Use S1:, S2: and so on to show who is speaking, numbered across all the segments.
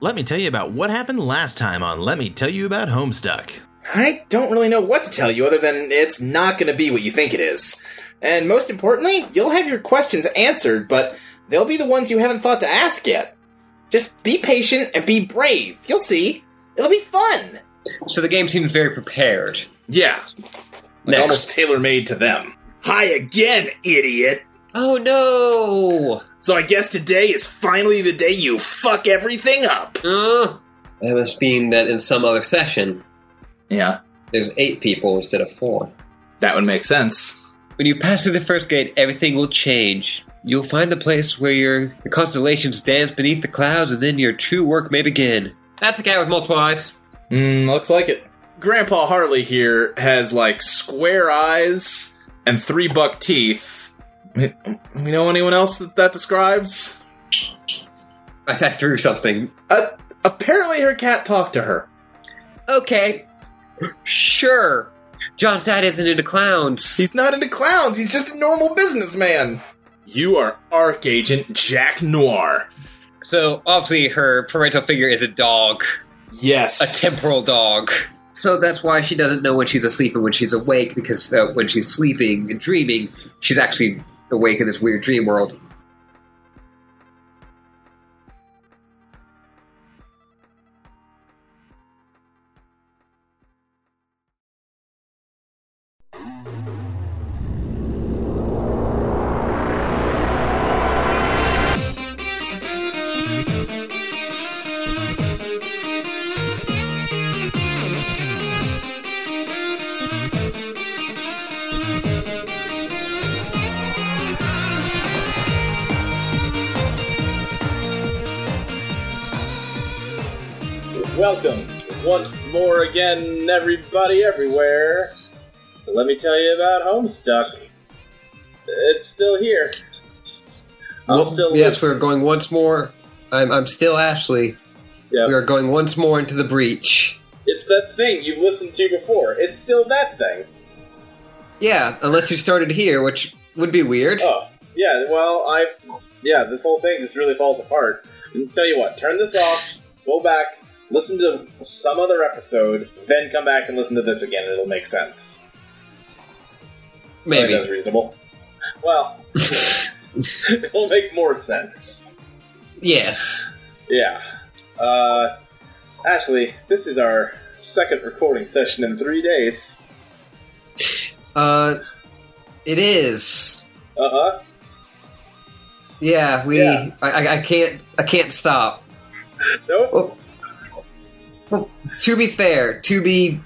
S1: Let me tell you about what happened last time on Let Me Tell You About Homestuck.
S2: I don't really know what to tell you other than it's not going to be what you think it is. And most importantly, you'll have your questions answered, but they'll be the ones you haven't thought to ask yet. Just be patient and be brave. You'll see. It'll be fun.
S3: So the game seems very prepared.
S2: Yeah. Like
S3: Next.
S2: almost tailor made to them.
S4: Hi again, idiot.
S3: Oh no!
S4: So I guess today is finally the day you fuck everything up.
S3: Uh, that must mean that in some other session,
S2: Yeah,
S3: there's eight people instead of four.
S2: that would make sense.
S3: When you pass through the first gate, everything will change. You'll find the place where your the constellations dance beneath the clouds, and then your true work may begin. That's the guy with multiple eyes.
S2: Mm, looks like it. Grandpa Harley here has like square eyes and three buck teeth. We- We know anyone else that that describes?
S3: I, I threw something.
S2: Apparently, her cat talked to her.
S3: Okay, sure. John's dad isn't into clowns.
S2: He's not into clowns. He's just a normal businessman. You are Arc Agent Jack Noir.
S3: So obviously, her parental figure is a dog. a
S2: Yes.
S3: temporal dog. So that's why she doesn't know when she's asleep and when she's awake, because uh, when she's sleeping and dreaming, she's actually awake in this weird dream world.
S5: Welcome once more again, everybody everywhere. So let me tell you about Homestuck. It's still here. I'm still
S3: yes, we're going once more. I'm, I'm still Ashley.
S5: Yeah.
S3: We are going once more into the breach.
S5: It's that thing you've listened to before. It's still that thing.
S3: Yeah, unless you started here, which would be weird.
S5: Oh, yeah. Well, I yeah. This whole thing just really falls apart. And tell you what, turn this off. Go back, listen to some other episode, then come back and listen to this again. It'll make sense.
S3: Maybe.
S5: that's reasonable. Well, it'll make more sense.
S3: Yes.
S5: Yeah. Uh, Ashley, this is our second recording session in three days.
S3: Uh, it is.
S5: Uh huh.
S3: Yeah, we.
S5: Yeah.
S3: I, I, I can't. I can't stop.
S5: Nope.
S3: Well, well, to be fair, to be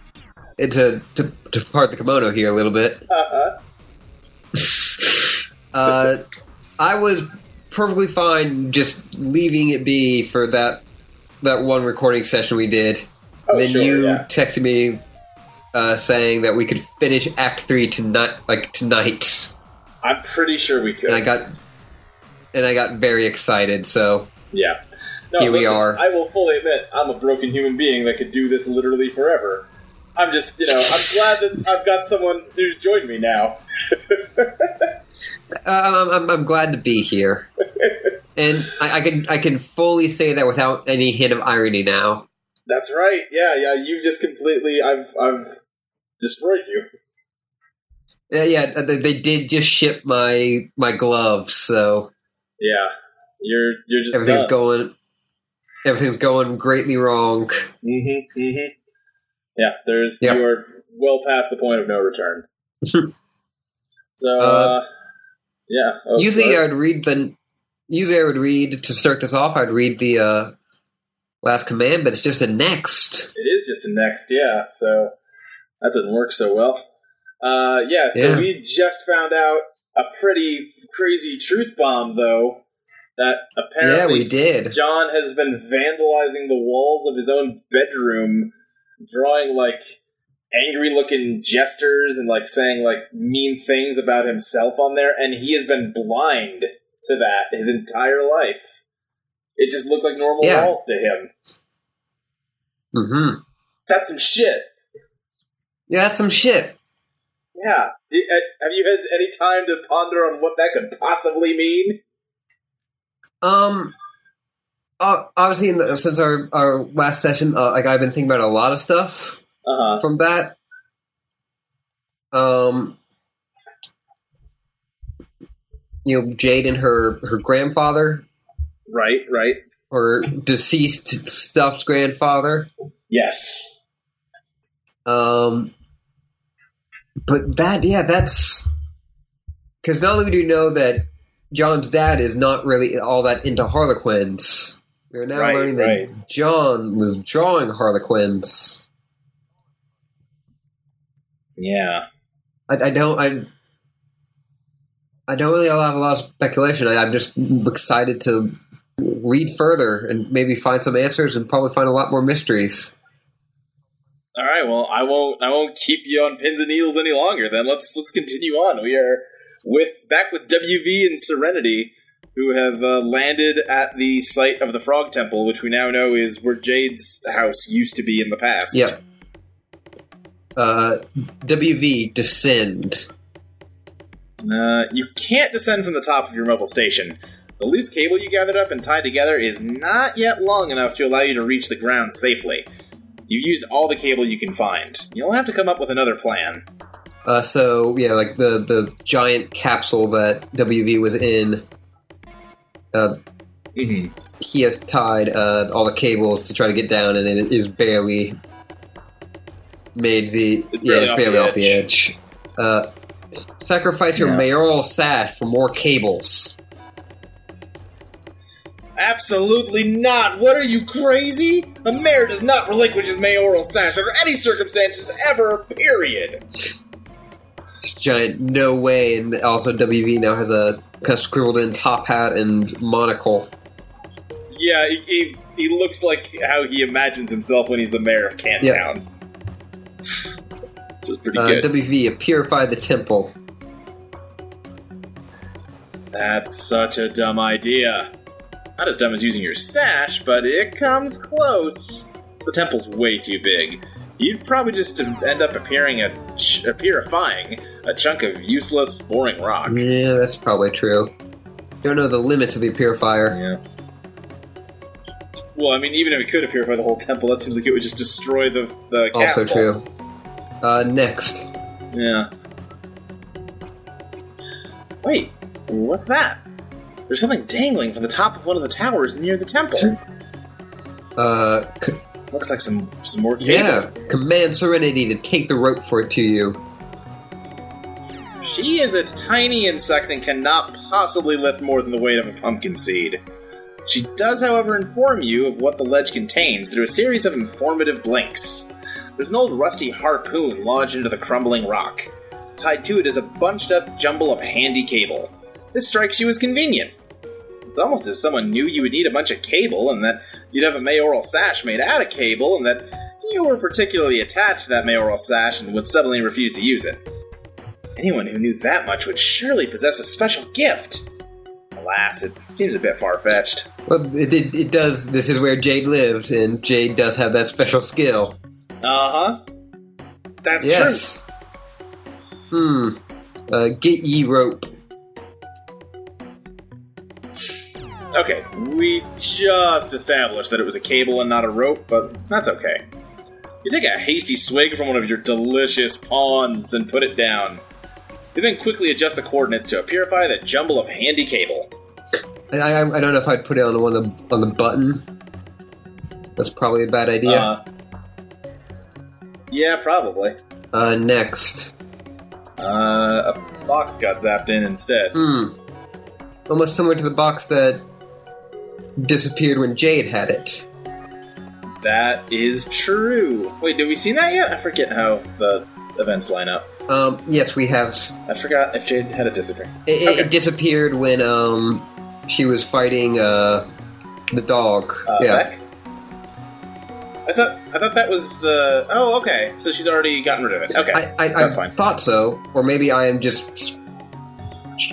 S3: uh, to to, to part the kimono here a little bit,
S5: Uh huh.
S3: uh, I was perfectly fine just leaving it be for that that one recording session we did.
S5: Oh,
S3: then
S5: sure,
S3: you
S5: yeah.
S3: texted me uh, saying that we could finish Act Three tonight, like tonight,
S5: I'm pretty sure we could.
S3: and I got and I got very excited. So
S5: yeah. No,
S3: Here we
S5: listen,
S3: are.
S5: I will fully admit I'm a broken human being that could do this literally forever. I'm just, you know, I'm glad that I've got someone who's joined me now.
S3: Uh, I'm, I'm, I'm glad to be here, and I, I can I can fully say that without any hint of irony now.
S5: That's right. Yeah, yeah. You've just completely, I've, I've destroyed you.
S3: Yeah, Uh, yeah, they, they did just ship my my gloves, so
S5: Yeah, you're, you're just
S3: everything's
S5: done.
S3: going everything's going greatly wrong.
S5: Mm-hmm, mm-hmm. Yeah, there's
S3: Yeah.
S5: you are well past the point of no return. so, uh,
S3: Uh,
S5: yeah. oh,
S3: usually, I
S5: sorry.
S3: would read the uh, usually I would read to start this off. I'd read the uh, last command, but it's just a next.
S5: it is just a next. Yeah, so that didn't work so well. Uh, yeah, so
S3: Yeah.
S5: we just found out a pretty crazy truth bomb, though. That
S3: Yeah,
S5: apparently
S3: we did.
S5: John has been vandalizing the walls of his own bedroom, drawing like angry looking gestures and like saying like mean things about himself on there, and he has been blind to that his entire life. It just looked like normal
S3: Yeah.
S5: walls to him.
S3: hmm
S5: That's some shit.
S3: Yeah, that's some shit.
S5: Yeah. D- uh, Have you had any time to ponder on what that could possibly mean?
S3: Um, uh, obviously, in the, since our, our last session, uh, like I've been thinking about a lot of stuff
S5: Uh huh.
S3: from that. Um, you know, Jade and her her grandfather,
S5: Right. Right.
S3: her deceased stuffed grandfather.
S5: Yes.
S3: Um, but that, yeah, that's because not only do you know that John's dad is not really all that into Harlequins, we are now
S5: Right,
S3: learning that
S5: right.
S3: John was drawing Harlequins.
S5: Yeah.
S3: I, I don't, I, I don't really have a lot of speculation. I, I'm just excited to read further and maybe find some answers and probably find a lot more mysteries.
S5: All right. Well, I won't. I won't keep you on pins and needles any longer. Then let's let's continue on. We are with back with WV and Serenity, who have uh, landed at the site of the Frog Temple, which we now know is where Jade's house used to be in the past.
S3: Yep. Uh, WV descend.
S5: Uh, you can't descend from the top of your mobile station. The loose cable you gathered up and tied together is not yet long enough to allow you to reach the ground safely. You've used all the cable you can find. You'll have to come up with another plan.
S3: Uh, so yeah, like the the giant capsule that WV was in,
S5: Mm-hmm.
S3: he has tied uh, all the cables to try to get down, and it is barely made the
S5: It's
S3: yeah,
S5: barely
S3: it's
S5: off
S3: barely
S5: the
S3: off the edge. Uh, sacrifice your
S5: Yeah.
S3: mayoral sash for more cables.
S5: Absolutely not! What are you crazy? A mayor does not relinquish his mayoral sash under any circumstances ever. Period.
S3: It's giant, no way, and also WV now has a kind of scribbled in top hat and monocle.
S5: Yeah, he, he, he looks like how he imagines himself when he's the mayor of Cantown. Which is pretty
S3: Uh,
S5: good.
S3: WV, purify the temple.
S5: That's such a dumb idea. Not as dumb as using your sash, but it comes close. The temple's way too big. You'd probably just end up appearing a ch- uh, purifying a chunk of useless, boring rock.
S3: Yeah, that's probably true. Don't know the limits of the purifier.
S5: Yeah. Well, I mean, even if it could purify the whole temple, that seems like it would just destroy the the
S3: Also
S5: castle.
S3: true. Uh, next,
S5: Yeah. Wait, what's that? There's something dangling from the top of one of the towers near the temple.
S3: uh, c-
S5: Looks like some some more cable.
S3: yeah, command Serenity to take the rope for it to you.
S5: She is a tiny insect and cannot possibly lift more than the weight of a pumpkin seed. She does, however, inform you of what the ledge contains through a series of informative blinks. There's an old rusty harpoon lodged into the crumbling rock. Tied to it is a bunched up jumble of handy cable. This strikes you as convenient. It's almost as if someone knew you would need a bunch of cable, and that you'd have a mayoral sash made out of cable, and that you were particularly attached to that mayoral sash and would stubbornly refuse to use it. Anyone who knew that much would surely possess a special gift. Alas, it seems a bit far fetched.
S3: Well, it, it, it does. This is where Jade lived, and Jade does have that special skill.
S5: Uh huh. That's
S3: yes. Hmm. Uh, get ye rope.
S5: true. Okay, we just established that it was a cable and not a rope, but that's okay. You take a hasty swig from one of your delicious pawns and put it down. You then quickly adjust the coordinates to purify that jumble of handy cable.
S3: I, I, I don't know if I'd put it on the one of the, on the button. That's probably a bad idea.
S5: Uh, yeah, probably.
S3: Uh, next.
S5: Uh, a box got zapped in instead.
S3: Hmm. Almost similar to the box that disappeared when Jade had it.
S5: That is true. Wait, did we see that yet? I forget how the events line up.
S3: Um, yes, we have.
S5: I forgot if Jade had a disagreement.
S3: It, it-
S5: Okay.
S3: it disappeared when um, she was fighting uh, the dog.
S5: Uh,
S3: yeah,
S5: Beck? I thought I thought that was the. Oh, okay. So she's already gotten rid of it. Okay.
S3: I, I, I
S5: That's fine.
S3: thought so, or maybe I am just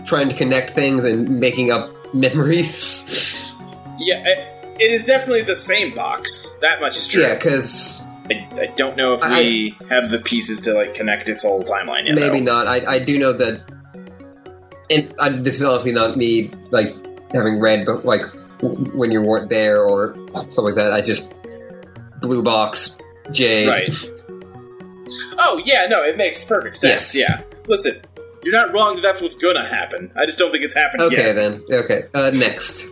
S3: trying to connect things and making up memories.
S5: yeah, it, it is definitely the same box. That much is true.
S3: yeah, because
S5: I, I don't know if
S3: I-
S5: we have the pieces to like connect its whole timeline yet.
S3: maybe
S5: though.
S3: not. I, I do know that, and I, this is honestly not me like having read, but like when you weren't there or something like that. I just blue box Jade.
S5: Right. Oh yeah, no, it makes perfect sense.
S3: Yes.
S5: Yeah. Listen, you're not wrong that that's what's gonna happen. I just don't think it's happened
S3: Okay
S5: yet.
S3: then. Okay. Uh, next.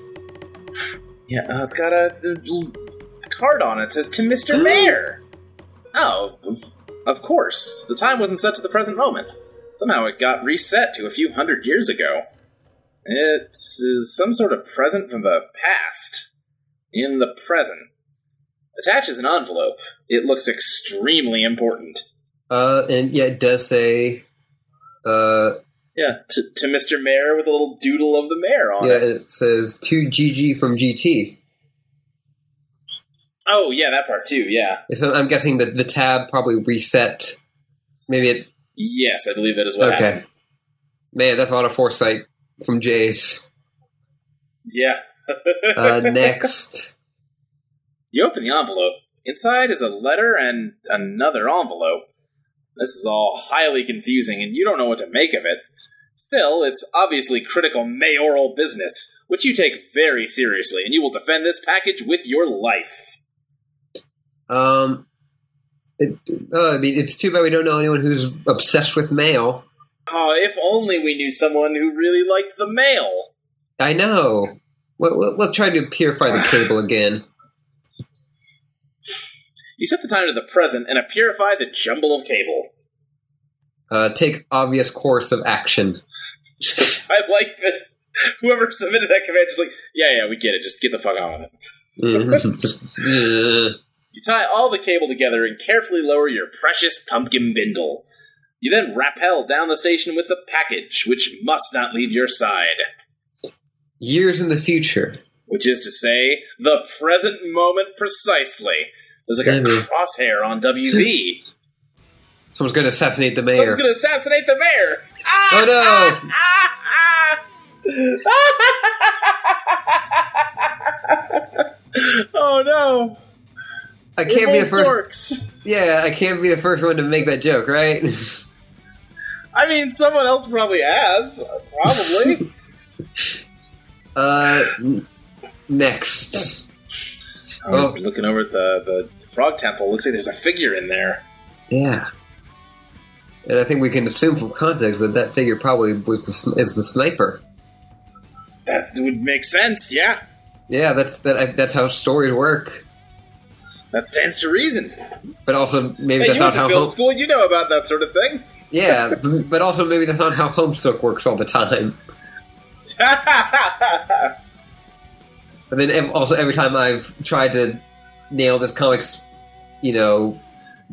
S5: Yeah, uh, it's got a, a card on it. It says to Mr.
S3: Hmm.
S5: Mayor. Oh, of- of course. The time wasn't set to the present moment. Somehow it got reset to a few hundred years ago. It's is some sort of present from the past. In the present. Attaches an envelope. It looks extremely important.
S3: Uh, and yeah, it does say. Uh,
S5: Yeah, to, to Mr. Mayor with a little doodle of the mayor on
S3: yeah,
S5: it.
S3: it says to GG from GT.
S5: Oh, yeah, that part too, yeah.
S3: So I'm guessing that the tab probably reset. Maybe it.
S5: Yes, I believe that is what
S3: okay.
S5: happened.
S3: Man, that's a lot of foresight from Jace.
S5: Yeah.
S3: Uh, next.
S5: You open the envelope. Inside is a letter and another envelope. This is all highly confusing, and you don't know what to make of it. Still, it's obviously critical mayoral business, which you take very seriously, and you will defend this package with your life.
S3: Um, it, uh, I mean, it's too bad we don't know anyone who's obsessed with mail.
S5: Oh, if only we knew someone who really liked the mail.
S3: I know. We'll, we'll, we'll try to purify the cable again.
S5: You set the time to the present and purify the jumble of cable.
S3: Uh, take obvious course of action.
S5: I like that. Whoever submitted that command is like, yeah, yeah, we get it. Just get the fuck on with it.
S3: Mhm. Just, uh,
S5: You tie all the cable together and carefully lower your precious pumpkin bindle. You then rappel down the station with the package, which must not leave your side.
S3: years in the future.
S5: Which is to say, the present moment precisely. There's like a
S3: Mhm.
S5: crosshair on WB.
S3: Someone's going to assassinate the mayor.
S5: Someone's gonna assassinate the mayor!
S3: oh no!
S5: oh no!
S3: I can't be the first.
S5: Dorks.
S3: Yeah, I can't be the first one to make that joke, right?
S5: I mean, someone else probably has. Probably.
S3: uh, n- next. Oh.
S5: Looking over at the, the frog temple, looks like there's a figure in there.
S3: Yeah. And I think we can assume from context that that figure probably was the sn- is the sniper.
S5: That would make sense, yeah.
S3: Yeah, that's that. I, that's how stories work.
S5: That stands to reason.
S3: But also maybe
S5: Hey,
S3: that's
S5: you went
S3: not
S5: to
S3: how.
S5: film
S3: Home-
S5: school, you know about that sort of thing.
S3: yeah, b- but also maybe that's not how Homestuck works all the time. But then ev- also every time I've tried to nail this comic's, you know,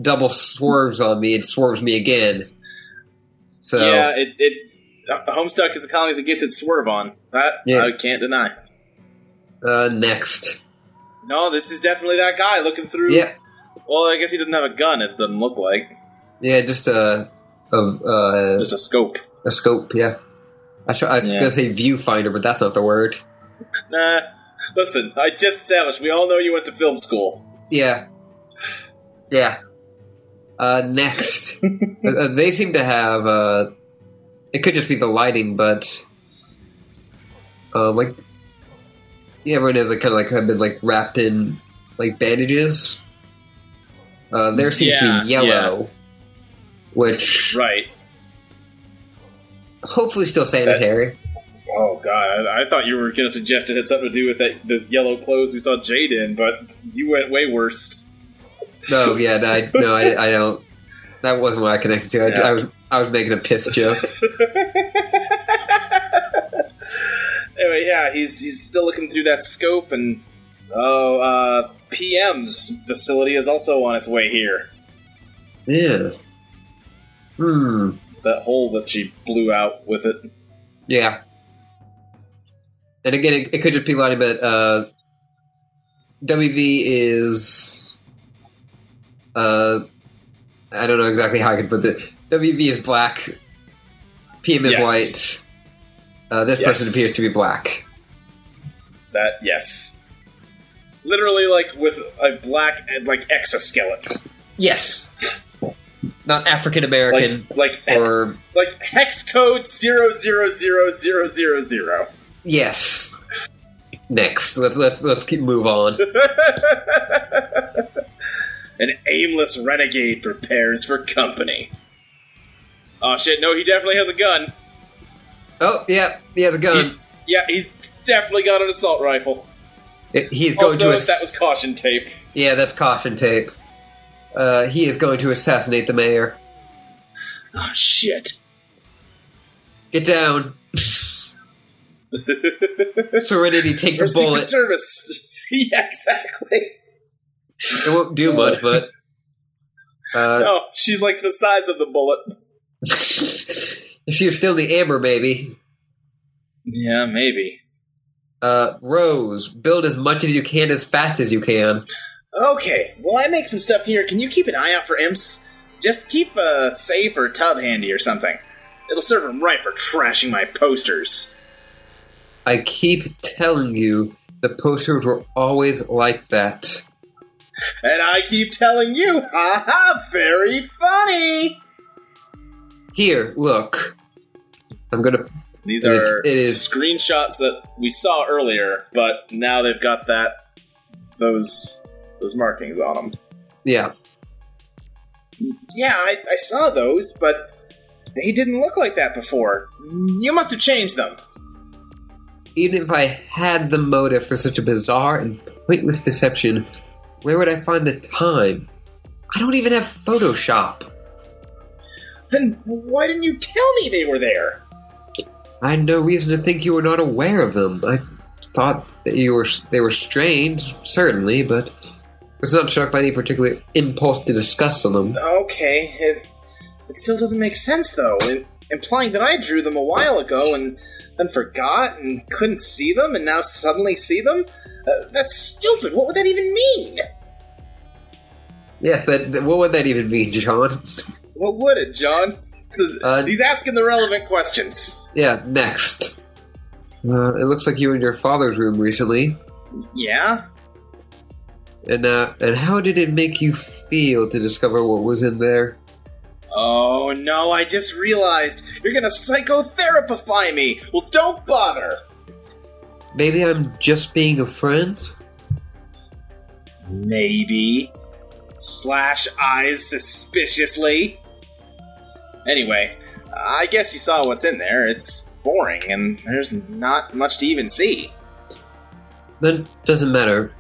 S3: double swerves on me, it swerves me again. So
S5: Yeah, it, it uh, Homestuck is a colony that gets its swerve on. That
S3: Yeah.
S5: I can't deny.
S3: uh, next,
S5: No, this is definitely that guy looking through.
S3: yeah,
S5: Well, I guess he doesn't have a gun. It doesn't look like
S3: yeah, just a a, uh,
S5: just a scope.
S3: a scope. Yeah, I, try, I was
S5: Yeah.
S3: gonna say viewfinder, but that's not the word.
S5: Nah. Listen, I just established. We all know you went to film school.
S3: Yeah, yeah. Uh, next, Uh, uh, they seem to have. Uh, it could just be the lighting, but um, like yeah, everyone has like kind of like have been like wrapped in like bandages. Uh, there seems to
S5: Yeah,
S3: be yellow, which
S5: Right.
S3: hopefully still sanitary.
S5: Oh god, I, I thought you were going to suggest it had something to do with that those yellow clothes we saw Jade in, but you went way worse.
S3: no, yeah, no, I, no, I, I don't. That wasn't what I connected to. I,
S5: Yeah.
S3: I was I was making a piss joke.
S5: Anyway, yeah, he's he's still looking through that scope, and oh, uh, PM's facility is also on its way here.
S3: yeah. Hmm.
S5: That hole that she blew out with it.
S3: Yeah. And again, it, it could just be lighting, but uh, WV is. Uh, I don't know exactly how I could put this. WV is black. PM is
S5: Yes.
S3: white. Uh, this
S5: Yes.
S3: person appears to be black.
S5: That yes, literally like with a black and like exoskeleton,
S3: Yes. Not African American
S5: like like
S3: or
S5: like hex code zero zero zero zero zero zero.
S3: yes. next. Let's let's let's keep move on.
S6: An aimless renegade prepares for company. Oh shit, no, he definitely has a gun.
S3: Oh yeah, he has a gun.
S6: Yeah, he's definitely got an assault rifle.
S3: He's going
S6: also, that
S3: to ass-
S6: was caution tape.
S3: yeah, that's caution tape. Uh, he is going to assassinate the mayor.
S6: Oh shit.
S3: Get down. Serenity, take
S6: Or
S3: the
S6: Secret
S3: bullet.
S6: Service. yeah, exactly.
S3: It won't do much, but uh,
S6: Oh, she's like the size of the bullet.
S3: if she was still in the amber, maybe.
S6: Yeah, maybe.
S3: Uh, Rose, build as much as you can, as fast as you can.
S5: Okay, well, I make some stuff here. Can you keep an eye out for imps? Just keep a safe or tub handy or something. It'll serve them right for trashing my posters.
S3: I keep telling you, the posters were always like that.
S6: And I keep telling you, ha ha, very funny.
S3: Here, look. I'm gonna.
S6: These
S3: It's-
S6: are
S3: it is-
S6: screenshots that we saw earlier, but now they've got that those those markings on them.
S3: Yeah,
S5: Yeah, I, I saw those, but they didn't look like that before. You must have changed them.
S3: even if I had the motive for such a bizarre and pointless deception, where would I find the time? I don't even have Photoshop.
S5: Then why didn't you tell me they were there?
S3: I had no reason to think you were not aware of them. I thought that you were they were strange, certainly, but was not struck by any particular impulse to discuss them.
S5: Okay, it, it still doesn't make sense, though, in, implying that I drew them a while ago and then forgot and couldn't see them and now suddenly see them? Uh, that's stupid. What would that even mean?
S3: Yes, that, that- what would that even mean, John?
S5: What would it, John? So,
S3: Uh,
S5: he's asking the relevant questions.
S3: yeah, next. Uh, it looks like you were in your father's room recently,
S5: Yeah?
S3: and uh, and how did it make you feel to discover what was in there?
S5: Oh no, I just realized you're gonna psychotherapify me! Well, don't bother!
S3: Maybe I'm just being a friend.
S5: Maybe. Slash eyes suspiciously. Anyway, I guess you saw what's in there. It's boring, and there's not much to even see.
S3: That doesn't matter.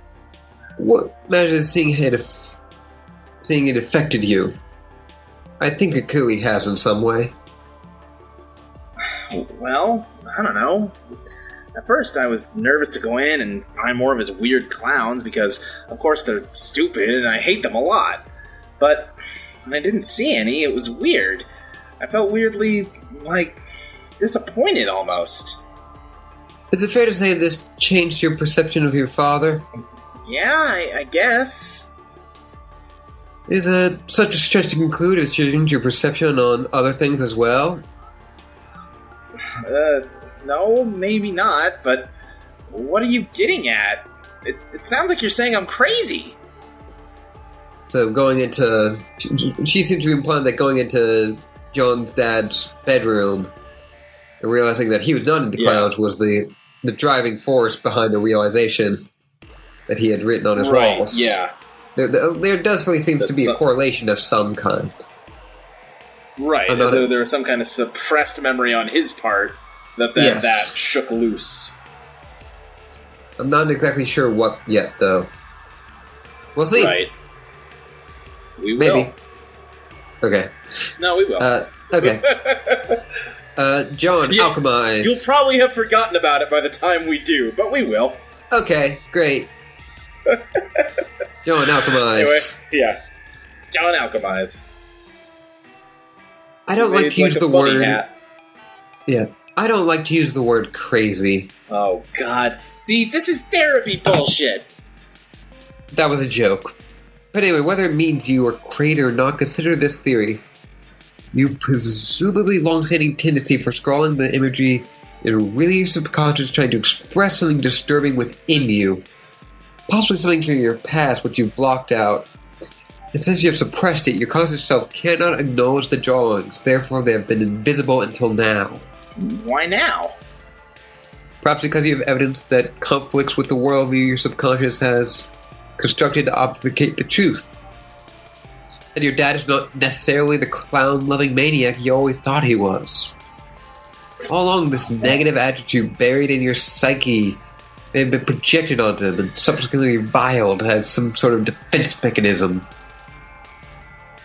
S3: What matters is seeing it, aff- seeing it affected you. I think it clearly has in some way.
S5: Well, I don't know. At first, I was nervous to go in and find more of his weird clowns because, of course, they're stupid and I hate them a lot. But when I didn't see any, it was weird. I felt weirdly, like, disappointed almost.
S3: Is it fair to say this changed your perception of your father?
S5: Yeah, I, I guess.
S3: Is it such a stretch to conclude it changed your perception on other things as well?
S5: Uh, no, maybe not, but what are you getting at? It, it sounds like you're saying I'm crazy.
S3: So going into, she- she seems to be implying that going into John's dad's bedroom and realizing that he was not in the
S6: Yeah.
S3: clouds was the the driving force behind the realization that he had written on his walls.
S6: Yeah.
S3: there, there, there definitely seems
S6: That's
S3: to be a
S6: some-
S3: correlation of some kind.
S6: Right.
S3: Another-
S6: As though there was some kind of suppressed memory on his part that that,
S3: Yes.
S6: that shook loose.
S3: I'm not exactly sure what yet, though. We'll see.
S6: Right. We will.
S3: Maybe. Okay.
S6: No, we will.
S3: Uh, okay. Uh, John,
S6: Yeah,
S3: alchemize.
S6: You'll probably have forgotten about it by the time we do, but we will.
S3: Okay, great. John, alchemize.
S6: Anyway, yeah. John Alchemize.
S3: I don't like
S6: Made
S3: to use
S6: a
S3: the
S6: bunny
S3: word.
S6: hat.
S3: Yeah, I don't like to use the word crazy.
S6: Oh God!
S5: See, this is therapy bullshit.
S3: That was a joke. But anyway, whether it means you are crazy or not, consider this theory. You presumably long-standing tendency for scrawling the imagery in a really subconscious trying to express something disturbing within you. Possibly something from your past which you've blocked out. And since you have suppressed it, your conscious self cannot acknowledge the drawings, therefore they have been invisible until now.
S5: Why now?
S3: perhaps because you have evidence that conflicts with the worldview your subconscious has constructed to obfuscate the truth. And your dad is not necessarily the clown loving maniac you always thought he was. All along, this negative attitude buried in your psyche may have been projected onto him and subsequently reviled as some sort of defense mechanism.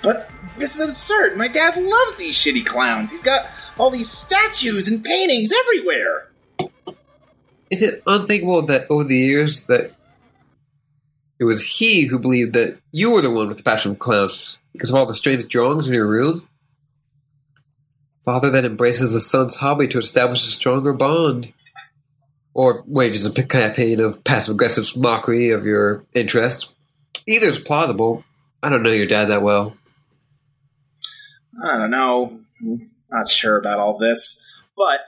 S2: But this is absurd. My dad loves these shitty clowns. He's got all these statues and paintings everywhere.
S3: Is it unthinkable that over the years that it was he who believed that you were the one with the passion for clowns because of all the strange drawings in your room? Father then embraces the son's hobby to establish a stronger bond, or wages a p- campaign of passive aggressive mockery of your interests. Either is plausible. I don't know your dad that well.
S2: I don't know. Not sure about all this. But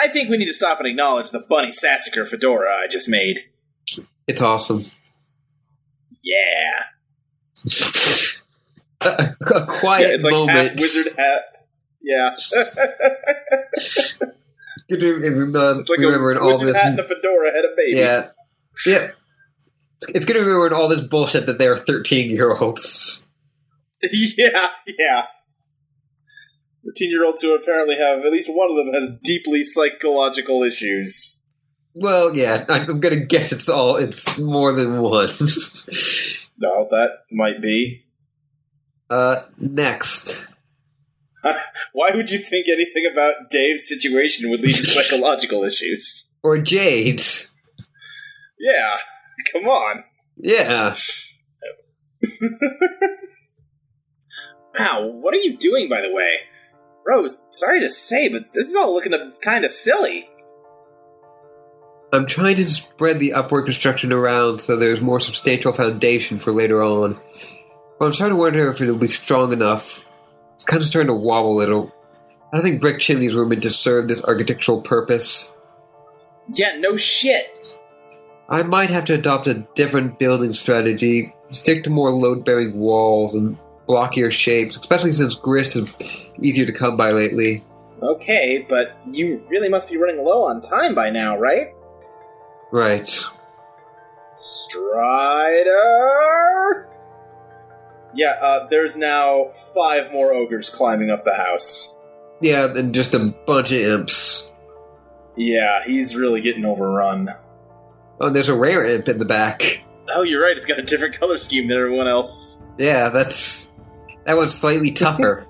S2: I think we need to stop and acknowledge the bunny sassacre fedora I just made.
S3: It's awesome.
S2: Yeah.
S3: A, a- a quiet
S5: yeah, it's like
S3: moment.
S5: half wizard, half. Yeah, it's
S3: Good to rem- um,
S5: like
S3: remember
S5: a
S3: in all
S5: wizard
S3: this.
S5: hat and a fedora had a baby.
S3: Yeah. Yep. It's, it's going to remember in all this bullshit that they are 13 year olds.
S5: yeah, yeah. Thirteen-year-olds who apparently have at least one of them has deeply psychological issues.
S3: Well, yeah, I- I'm going to guess it's all, it's more than one.
S5: No, that might be.
S3: uh, next.
S5: Why would you think anything about Dave's situation would lead to psychological issues?
S3: Or Jade.
S5: Yeah, come on.
S3: Yeah.
S2: Wow, what are you doing, by the way? Rose, sorry to say, but this is all looking kind of silly.
S3: I'm trying to spread the upward construction around so there's more substantial foundation for later on. But I'm starting to wonder if it'll be strong enough. It's kind of starting to wobble a little. I don't think brick chimneys were meant to serve this architectural purpose.
S2: Yeah, no shit.
S3: I might have to adopt a different building strategy, stick to more load bearing walls and blockier shapes, especially since grist is easier to come by lately.
S2: Okay, but you really must be running low on time by now, right?
S3: Right.
S5: Strider. Yeah, uh, there's now five more ogres climbing up the house.
S3: Yeah, and just a bunch of imps.
S5: Yeah, he's really getting overrun.
S3: Oh, and there's a rare imp in the back.
S5: Oh, you're right. It's got a different color scheme than everyone else.
S3: Yeah, that's. That one's slightly tougher.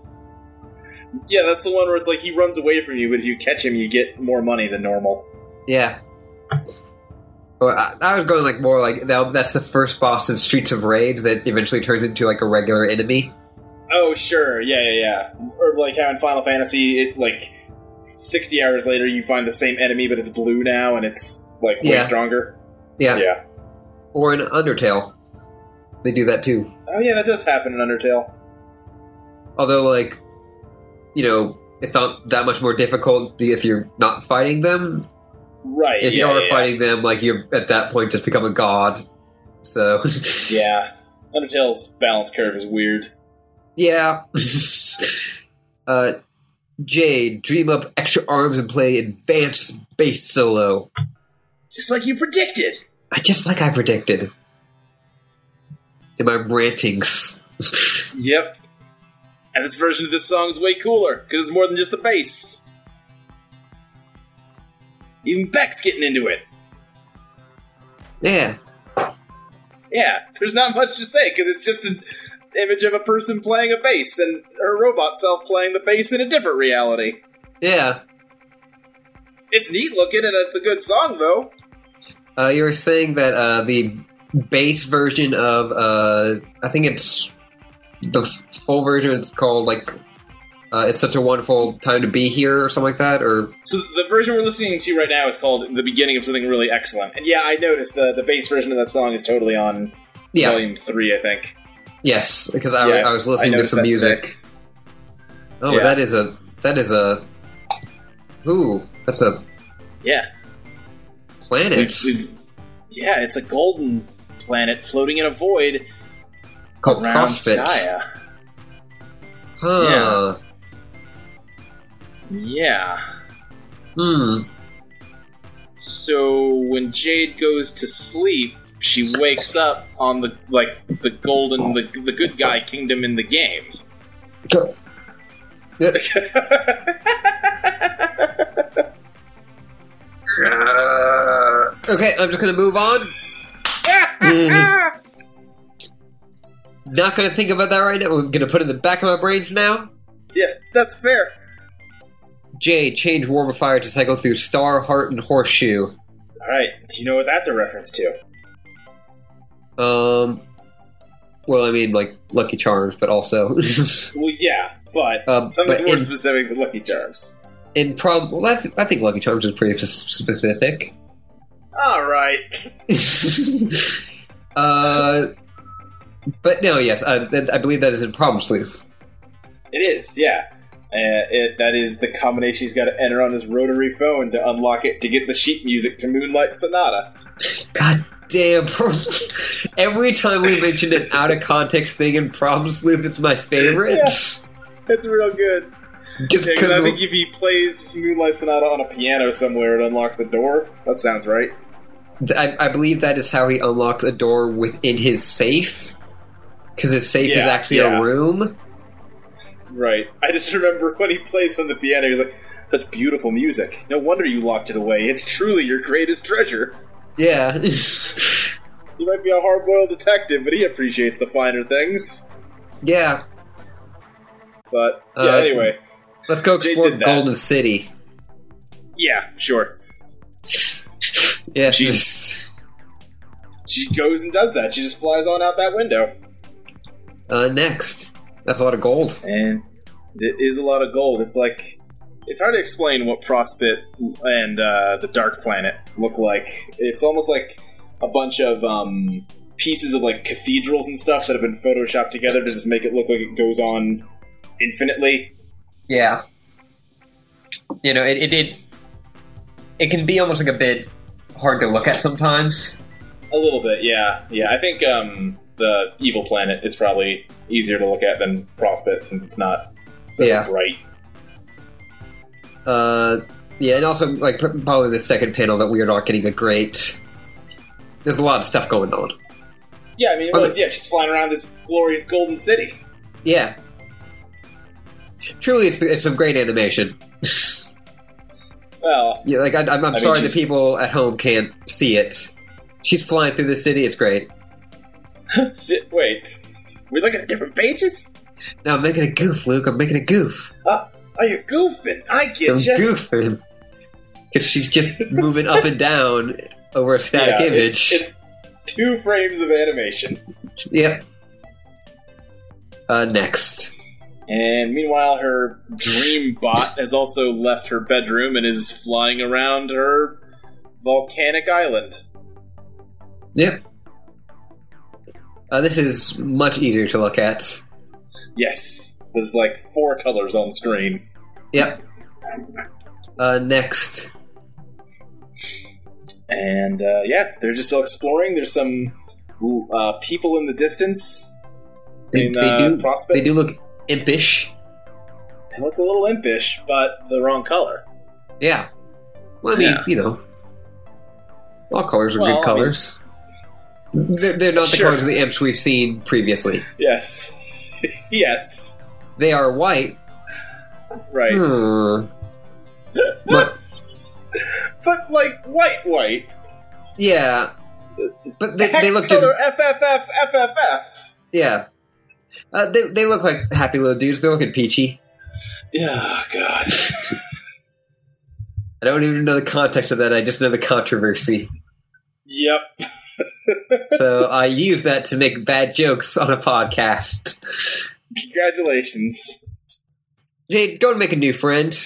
S5: Yeah, that's the one where it's like he runs away from you, but if you catch him, you get more money than normal.
S3: yeah. Well, I, I was going like more like that, that's the first boss in Streets of Rage that eventually turns into like a regular enemy.
S5: Oh, sure. Yeah, yeah, yeah. Or like how in Final Fantasy, it like sixty hours later, you find the same enemy, but it's blue now, and it's like way
S3: Yeah.
S5: stronger.
S3: Yeah.
S5: Yeah.
S3: Or in Undertale. They do that too.
S5: Oh, yeah, that does happen in Undertale.
S3: Although, like, you know, it's not that much more difficult if you're not fighting them.
S5: Right.
S3: If
S5: yeah,
S3: you are
S5: yeah,
S3: fighting them, like, you're at that point just become a god. So,
S5: Yeah. Undertale's balance curve is weird.
S3: yeah. uh, Jade, dream up extra arms and play advanced bass solo.
S2: Just like you predicted.
S3: I just like I predicted. In my rantings.
S5: Yep. And this version of this song is way cooler because it's more than just the bass.
S2: Even Beck's getting into it.
S3: yeah.
S5: Yeah, there's not much to say because it's just an image of a person playing a bass and her robot self playing the bass in a different reality.
S3: Yeah.
S5: It's neat looking and it's a good song though.
S3: Uh, you were saying that uh, the base version of uh, I think it's the f- full version. It's called like uh, it's such a wonderful time to be here or something like that. Or
S5: So the version we're listening to right now is called "The Beginning of Something Really Excellent," and yeah, I noticed the the bass version of that song is totally on
S3: yeah,
S5: volume three, I think.
S3: yes, because I,
S5: Yeah,
S3: I was listening to
S5: noticed
S3: some
S5: that today.
S3: music. Oh,
S5: Yeah.
S3: that is a that is a ooh, that's a
S5: Yeah.
S3: planet
S5: We've- we've- yeah, it's a golden planet floating in a void
S3: called
S5: around
S3: CrossFit.
S5: Skya.
S3: Huh.
S5: Yeah.
S3: Hmm.
S5: So when Jade goes to sleep, she wakes up on the like the golden the, the good guy kingdom in the game.
S3: Go- Yeah. Uh, okay, I'm just gonna move on. Not gonna think about that right now. We're gonna put it in the back of my brains now.
S5: yeah, that's fair.
S3: Jade, change Warp of Fire to cycle through Star, Heart, and Horseshoe.
S2: All right. Do you know what that's a reference to?
S3: Um, well, I mean, like Lucky Charms, but also
S5: Well, yeah, but
S3: Um,
S5: something
S3: but
S5: more
S3: in-
S5: specific than Lucky Charms.
S3: in prob. Well, I, th- I think Lucky Charms is pretty s- specific.
S5: All right.
S3: uh, but no, yes, I, I believe that is in Problem Sleuth.
S5: It is, yeah. Uh, it, that is the combination he's got to enter on his rotary phone to unlock it to get the sheet music to Moonlight Sonata.
S3: God damn. Every time we mention an out of context thing in Problem Sleuth, it's my favorite.
S5: Yeah. It's real good.
S3: Just
S5: Yeah, 'cause I think
S3: because.
S5: if he plays Moonlight Sonata on a piano somewhere, it unlocks a door. That sounds right.
S3: I, I believe that is how he unlocks a door within his safe. Because his safe is
S5: Yeah,
S3: actually
S5: yeah.
S3: a room.
S5: Right. I just remember when he plays on the piano, he's like, such beautiful music. No wonder you locked it away. It's truly your greatest treasure.
S3: Yeah.
S5: He might be a hard boiled detective, but he appreciates the finer things.
S3: yeah.
S5: But, yeah,
S3: Uh,
S5: anyway.
S3: Let's go
S5: They
S3: explore
S5: did that.
S3: Golden City.
S5: Yeah, sure.
S3: Yeah.
S5: Jeez. She goes and does that. She just flies on out that window.
S3: Uh, next. That's a lot of gold.
S5: And it is a lot of gold. It's like it's hard to explain what Prospit and uh, the Dark Planet look like. It's almost like a bunch of um, pieces of like cathedrals and stuff that have been photoshopped together to just make it look like it goes on infinitely.
S3: Yeah.
S7: You know, it it it, it can be almost like a bit hard to look at sometimes.
S5: A little bit, yeah, yeah. I think um, the Evil Planet is probably easier to look at than Prospit since it's not so
S3: Yeah.
S5: bright.
S3: Uh, yeah, and also, like, pr- probably the second panel that we are not getting a great. There's a lot of stuff going on.
S5: Yeah, I mean,
S3: Are
S5: well,
S3: they-
S5: yeah, she's flying around this glorious golden city.
S3: Yeah. Truly, it's, it's some great animation.
S5: Well,
S3: yeah, like I, I'm, I'm
S5: mean,
S3: sorry
S5: she's-
S3: the people at home can't see it. She's flying through the city. It's great.
S5: shit, wait, we looking at different pages?
S3: No, I'm making a goof, Luke. I'm making a goof.
S5: Oh, you're goofing. I
S3: I'm
S5: get you.
S3: goofing because she's just moving up and down over a static image.
S5: It's, it's two frames of animation.
S3: Yep. Uh, next.
S5: And meanwhile, her dream bot has also left her bedroom and is flying around her volcanic island.
S3: Yep. Uh, this is much easier to look at.
S5: Yes, there's like four colors on screen.
S3: Yep. Uh, next.
S5: And uh, yeah, they're just still exploring. There's some uh, people in the distance.
S3: They,
S5: in,
S3: they
S5: uh,
S3: do.
S5: Prospect.
S3: They do look impish.
S5: They look a little impish, but the wrong color.
S3: Yeah. Well, I mean,
S5: Yeah.
S3: you know, all colors are
S5: Well, I mean-
S3: good colors. They're, they're not the
S5: Sure.
S3: colors of the imps we've seen previously.
S5: Yes. yes.
S3: They are white.
S5: Right.
S3: Hmm. But-
S5: But like white white.
S3: yeah, but they,
S5: Hex
S3: they look just
S5: color FFF FFF.
S3: yeah. Uh, they, they look like happy little dudes. They're looking peachy.
S5: Yeah, oh, god.
S3: I don't even know the context of that. I just know the controversy.
S5: yep.
S3: so I use that to make bad jokes on a podcast.
S5: Congratulations.
S3: Jade, go and make a new friend.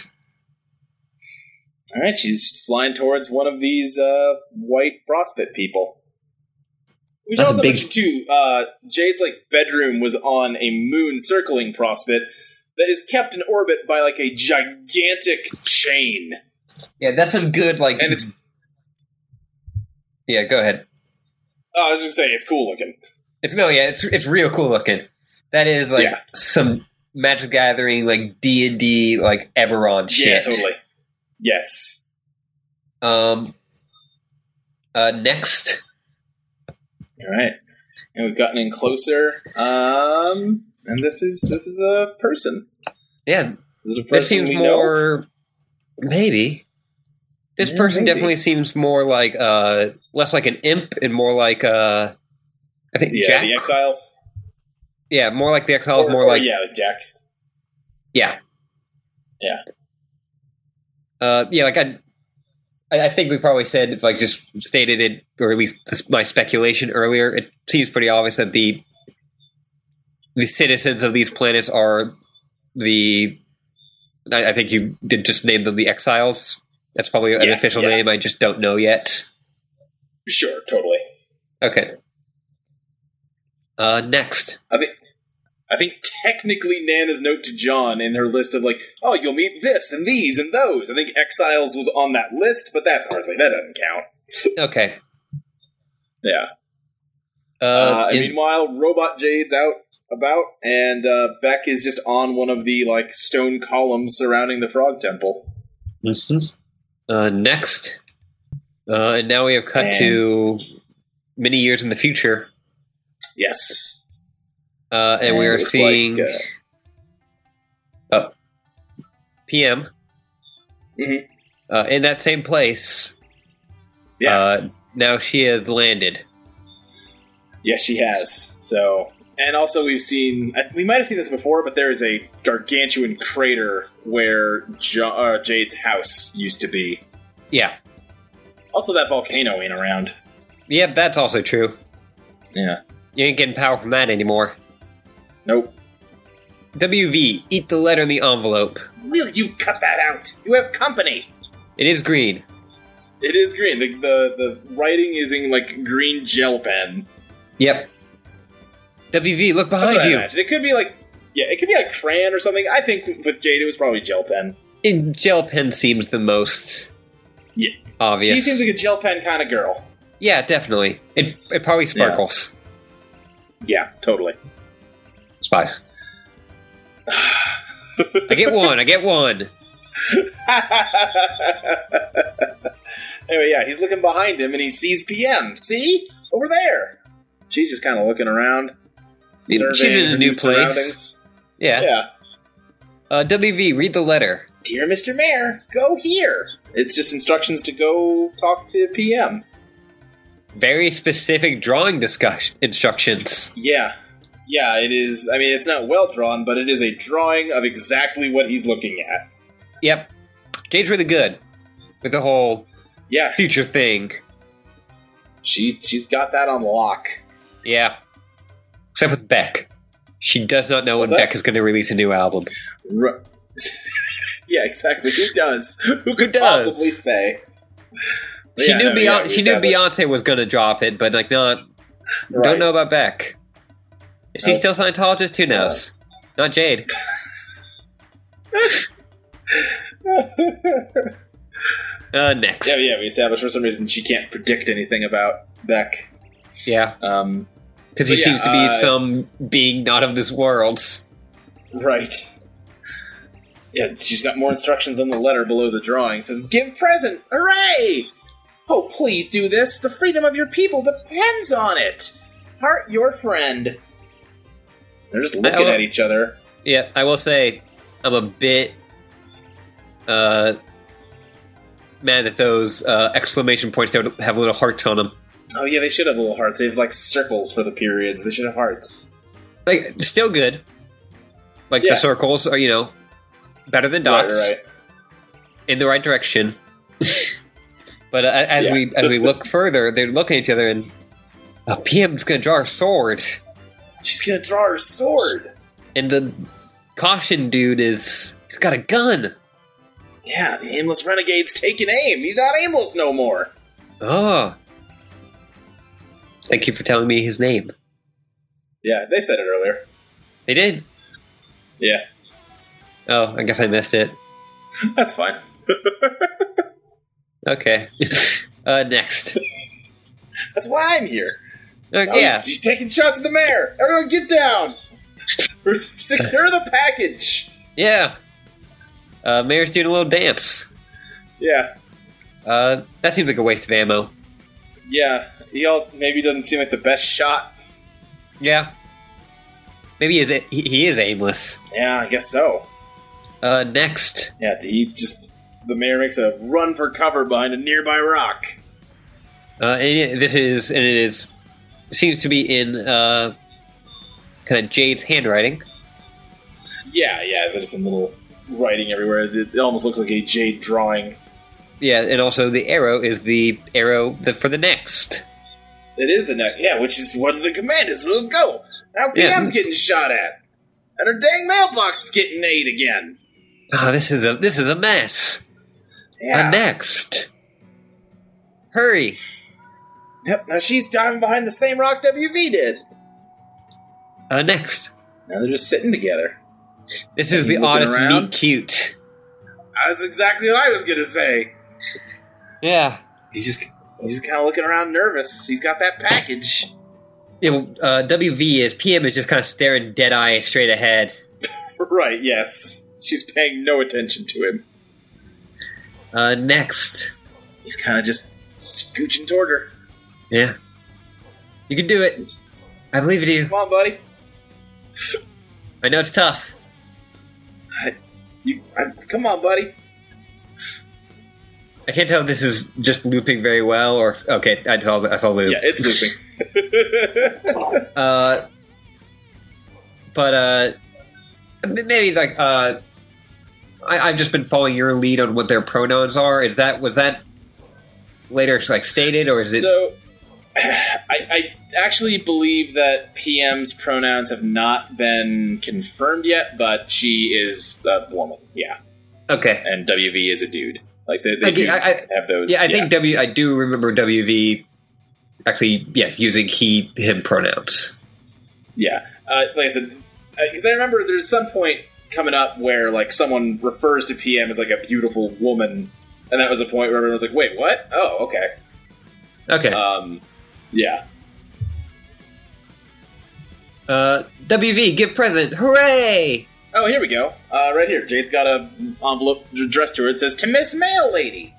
S5: All right, she's flying towards one of these uh, white prospect people. We should
S3: That's a
S5: also
S3: big-
S5: mention too. Uh, Jade's like bedroom was on a moon circling prospect that is kept in orbit by like a gigantic chain,
S7: Yeah, that's some good like.
S5: and it's
S7: yeah, go ahead.
S5: oh, I was gonna say it's cool looking.
S7: It's no, yeah, it's it's real cool looking. That is like
S5: Yeah.
S7: some Magic the Gathering, like D and D, like Eberron shit.
S5: Yeah, totally. Yes.
S7: Um,
S3: Uh, next.
S5: All right, and we've gotten in closer. Um, and this is this is a person.
S3: Yeah,
S5: Is it a person
S3: this seems
S5: we know?
S3: more. Maybe. This
S5: Yeah,
S3: person
S5: maybe.
S3: definitely seems more like uh less like an imp and more like uh I think
S5: Yeah,
S3: Jack.
S5: the exiles.
S3: yeah, more like the exile,
S5: Or-
S3: more
S5: or,
S3: like
S5: yeah, Jack.
S3: Yeah.
S5: Yeah.
S3: Uh, yeah, like I, I I think we probably said, if like just stated it, or at least my speculation earlier, it seems pretty obvious that the the citizens of these planets are the. I, I think you did just name them the exiles. That's probably an
S5: Yeah,
S3: official
S5: yeah.
S3: name. I just don't know yet.
S5: Sure, totally.
S3: Okay. Uh, next.
S5: I think technically Nana's note to John in her list of like, oh, you'll meet this and these and those. I think Exiles was on that list, but that's hardly that doesn't count.
S3: Okay.
S5: Yeah.
S3: Uh,
S5: Uh, and
S3: in-
S5: meanwhile, Robot Jade's out about, and uh, Beck is just on one of the like stone columns surrounding the Frog Temple.
S3: Uh, next. Uh, and now we have cut
S5: And-
S3: to many years in the future,
S5: Yes,
S3: uh, and, we
S5: it
S3: are
S5: looks
S3: seeing Oh.
S5: like, uh,
S3: PM
S5: Mhm.
S3: uh, in that same place.
S5: Yeah.
S3: Uh, now she has landed.
S5: Yes, she has. So, and also we've seen I- we might have seen this before, but there is a gargantuan crater where jo- uh, Jade's house used to be.
S3: Yeah.
S5: Also, that volcano ain't around.
S3: Yep, that's also true.
S5: Yeah.
S3: You ain't getting power from that anymore.
S5: Nope.
S3: WV, eat the letter in the envelope.
S5: Will you cut that out? You have company.
S3: It is green.
S5: It is green. The, the the writing is in like green gel pen.
S3: Yep. WV, look
S5: That's
S3: behind
S5: what I
S3: you.
S5: imagine. It could be like yeah, it could be like crayon or something. I think with Jade it was probably gel pen.
S3: In gel pen seems the most
S5: Yeah.
S3: obvious.
S5: She seems like a gel pen kind of girl.
S3: Yeah, definitely. It it probably sparkles.
S5: Yeah, totally.
S3: Spies. I get one. I get one.
S5: anyway, yeah, he's looking behind him and he sees PM. See? Over there. She's just kind of looking around.
S3: She's in
S5: Surveying
S3: a
S5: her
S3: new place.
S5: surroundings.
S3: Yeah.
S5: Yeah.
S3: Uh, WV, read the letter.
S5: Dear Mr. Mayor, go here. It's just instructions to go talk to PM.
S3: Very specific drawing discussion instructions.
S5: Yeah. Yeah, it is. I mean, it's not well drawn, but it is a drawing of exactly what he's looking at.
S3: Yep. Jade's really good with the whole
S5: Yeah,
S3: future thing.
S5: she she's got that on lock.
S3: Yeah. Except with Beck. She does not know
S5: What's
S3: when
S5: that?
S3: Beck is going to release a new album.
S5: Ru- yeah, exactly. Who does? Who could
S3: does?
S5: possibly say?
S3: She
S5: Yeah,
S3: knew
S5: no,
S3: Beyonce.
S5: yeah, we
S3: she knew
S5: established.
S3: Beyonce was going to drop it, but like not.
S5: Right. Uh,
S3: Don't know about Beck. Is he
S5: Nope.
S3: still Scientologist? Who knows? Not Jade. Uh, next.
S5: Yeah, yeah. We established for some reason she can't predict anything about Beck.
S3: Yeah,
S5: Um,
S3: because he
S5: But yeah,
S3: seems to be
S5: uh,
S3: some being not of this world.
S5: right. Yeah, she's got more instructions on the letter below the drawing. It says, "Give present, hooray! Oh, please do this. The freedom of your people depends on it. Heart your friend." They're just looking
S3: I-
S5: at each other.
S3: Yeah, I will say, I'm a bit uh mad that those uh, exclamation points don't have little hearts on them.
S5: Oh yeah, they should have little hearts. They have like circles for the periods. They should have hearts.
S3: Like, still good. Like
S5: Yeah.
S3: the circles are, you know, better than
S5: Right,
S3: dots
S5: right.
S3: in the right direction. but uh, as
S5: Yeah.
S3: we as we look further, they're looking at each other and. Uh, PM's gonna draw her sword,
S5: She's gonna draw her sword.
S3: and the caution dude is—he's got a gun.
S5: Yeah, the aimless renegade's taking aim. He's not aimless no more.
S3: Oh. Thank you for telling me his name.
S5: Yeah, they said it earlier.
S3: They did.
S5: Yeah,
S3: Oh, I guess I missed it.
S5: that's fine.
S3: Okay. uh, next.
S5: That's why I'm here.
S3: Uh,
S5: I was-
S3: yeah.
S5: she's taking shots at the mayor. Everyone, get down. Secure the package.
S3: Yeah. Uh, Mayor's doing a little dance.
S5: Yeah,
S3: Uh, that seems like a waste of ammo.
S5: Yeah, he all maybe doesn't seem like the best shot.
S3: Yeah. Maybe he is a- he- he is aimless.
S5: Yeah, I guess so.
S3: Uh, next,
S5: Yeah, he just the mayor makes a run for cover behind a nearby rock.
S3: uh, and yeah, this is and it is seems to be in uh, kind of Jade's handwriting.
S5: Yeah, yeah, there's some little writing everywhere. It, it almost looks like a jade drawing.
S3: Yeah, and also the arrow is the arrow that for the next.
S5: It is the next, yeah, which is what the command is. Let's go. Now
S3: Yeah.
S5: PM's getting shot at, and her dang mailbox is getting ate again.
S3: Oh, this is a this is a mess.
S5: Yeah.
S3: A next. Hurry.
S5: Yep. Now she's diving behind the same rock WV did.
S3: Uh, next.
S5: Now they're just sitting together.
S3: This is
S5: He's
S3: the
S5: looking
S3: oddest
S5: around.
S3: meet cute.
S5: That's exactly what I was gonna say.
S3: Yeah.
S5: He's just he's just kind of looking around, nervous. He's got that package.
S3: Yeah, well, uh, WV is PM is just kind of staring dead eye straight ahead.
S5: Right. Yes. She's paying no attention to him.
S3: Uh, next.
S5: He's kind of just scooching toward her.
S3: Yeah. You can do it.
S5: He's,
S3: I believe in you.
S5: Come on, buddy.
S3: I know it's tough.
S5: You I, come on, buddy.
S3: I can't tell if this is just looping very well or okay. I saw I saw loop.
S5: Yeah, it's looping.
S3: Uh, but uh, m- maybe like uh, I, I've just been following your lead on what their pronouns are. Is that was that later like stated or is it?
S5: so? I, I actually believe that PM's pronouns have not been confirmed yet, but she is a woman. Yeah,
S3: Okay.
S5: and WV is a dude. Like they, they
S3: I,
S5: do
S3: I, I-
S5: have those.
S3: yeah, I think W. I do remember WV actually, yeah, using he him pronouns.
S5: Yeah, uh, like I said, because I remember there's some point coming up where like someone refers to PM as like a beautiful woman, and that was a point where everyone was like, "Wait, what? Oh, okay."
S3: Okay.
S5: Um, yeah,
S3: Uh, WV, give present. Hooray!
S5: Oh, here we go. Uh, right here, Jade's got a envelope addressed to her. It says to Miss Mail Lady.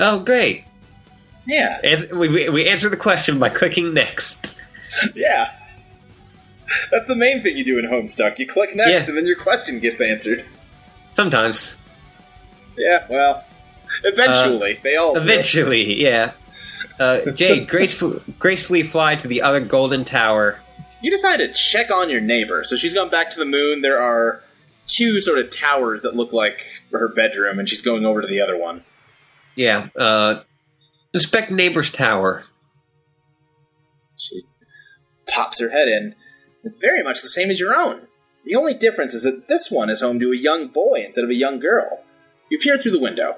S3: Oh, great.
S5: Yeah,
S3: Answer, we, we, we answer the question by clicking next.
S5: yeah. That's the main thing you do in Homestuck. You click next,
S3: Yeah.
S5: and then your question gets answered.
S3: Sometimes.
S5: Yeah, well, eventually they all. do.
S3: Eventually, yeah. Uh, Jay, gracefully, gracefully fly to the other golden tower.
S5: You decide to check on your neighbor. So she's gone back to the moon. There are two sort of towers that look like her bedroom, and she's going over to the other one.
S3: Yeah. Uh, inspect neighbor's tower.
S5: She pops her head in. It's very much the same as your own. The only difference is that this one is home to a young boy instead of a young girl. You peer through the window.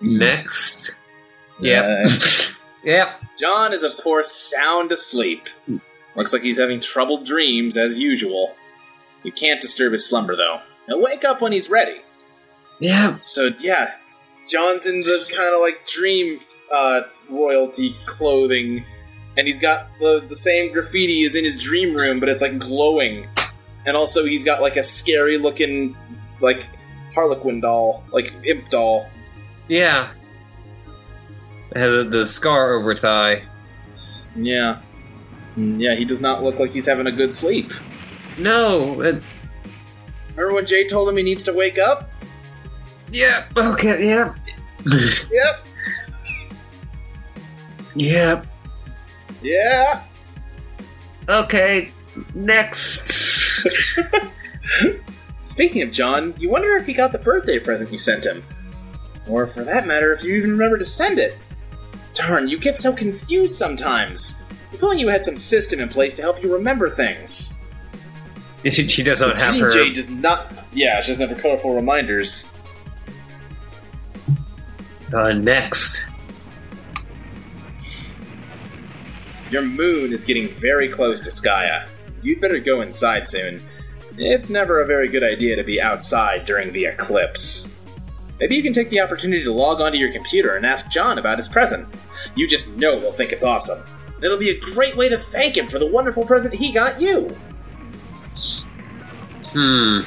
S3: Next. Yep.
S5: Uh,
S3: Yep.
S5: John is, of course, sound asleep. Looks like he's having troubled dreams as usual. You can't disturb his slumber, though. He'll wake up when he's ready.
S3: Yeah.
S5: So, yeah, John's in the kind of like dream uh, royalty clothing, and he's got the, the same graffiti is in his dream room, but it's like glowing. And also, he's got like a scary looking, like, harlequin doll, like, imp doll.
S3: Yeah. It has a, the scar over its eye.
S5: Yeah. Mm, Yeah, he does not look like he's having a good sleep.
S3: No. It,
S5: Remember when Jay told him he needs to wake up?
S3: yeah. Okay. Yeah.
S5: Yep.
S3: Yeah.
S5: Yeah.
S3: Okay. Next.
S5: Speaking of John, you wonder if he got the birthday present you sent him. Or for that matter, if you even remember to send it. Darn, you get so confused sometimes. If only you had some system in place to help you remember things.
S3: she, she does not have
S5: Team
S3: her.
S5: Jay does not. Yeah, she doesn't have her colorful reminders.
S3: Uh, next.
S5: Your moon is getting very close to Skya. You'd better go inside soon. It's never a very good idea to be outside during the eclipse. Maybe you can take the opportunity to log onto your computer and ask John about his present. You just know he'll think it's awesome. And it'll be a great way to thank him for the wonderful present he got you.
S3: Hmm.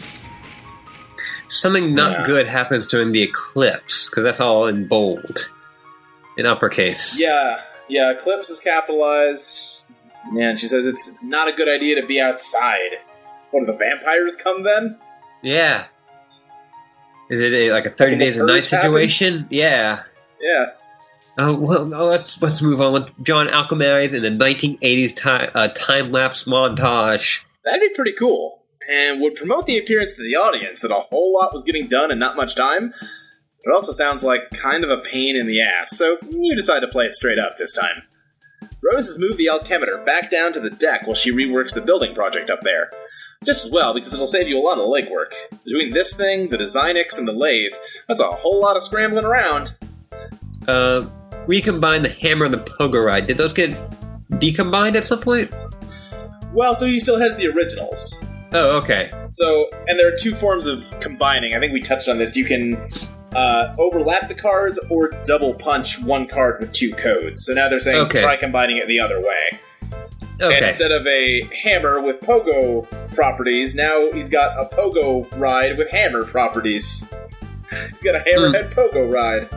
S3: Something not
S5: Yeah.
S3: good happens during the eclipse because that's all in bold, in uppercase.
S5: Yeah, yeah. Eclipse is capitalized. Man, she says it's it's not a good idea to be outside. What do the vampires come then?
S3: Yeah. Is it a, like a thirty
S5: when
S3: days
S5: the
S3: a night
S5: purge happens?
S3: situation? Yeah.
S5: Yeah,
S3: Oh well, oh, let's let's move on with John Alcamares in the 1980s time uh, time lapse montage.
S5: that'd be pretty cool, and would promote the appearance to the audience that a whole lot was getting done and not much time. It also sounds like kind of a pain in the ass, so you decide to play it straight up this time. Rose has moved the alchemeter back down to the deck while she reworks the building project up there. Just as well, because it'll save you a lot of legwork. Between this thing, the Designix, and the lathe, that's a whole lot of scrambling around.
S3: Uh, recombine the hammer and the pogo ride. Did those get decombined at some point?
S5: Well, so he still has the originals.
S3: Oh, okay.
S5: So, and there are two forms of combining. I think we touched on this. You can uh, overlap the cards or double punch one card with two codes. So now they're saying
S3: Okay.
S5: try combining it the other way. And
S3: Okay.
S5: instead of a hammer with pogo properties, now he's got a pogo ride with hammer properties. he's got a
S3: Hmm.
S5: hammerhead pogo ride.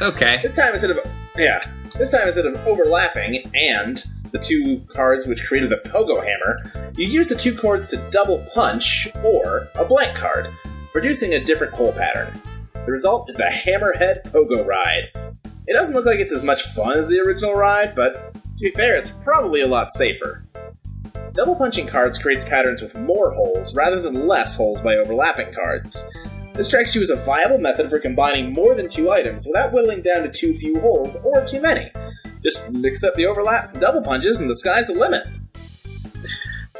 S3: Okay.
S5: This time instead of yeah, this time instead of overlapping and the two cards which created the pogo hammer, you use the two cards to double punch or a blank card, producing a different hole pattern. The result is the hammerhead pogo ride. It doesn't look like it's as much fun as the original ride, but to be fair, it's probably a lot safer. Double punching cards creates patterns with more holes rather than less holes by overlapping cards. This strikes you as a viable method for combining more than two items without whittling down to too few holes or too many. Just mix up the overlaps and double punches, and the sky's the limit.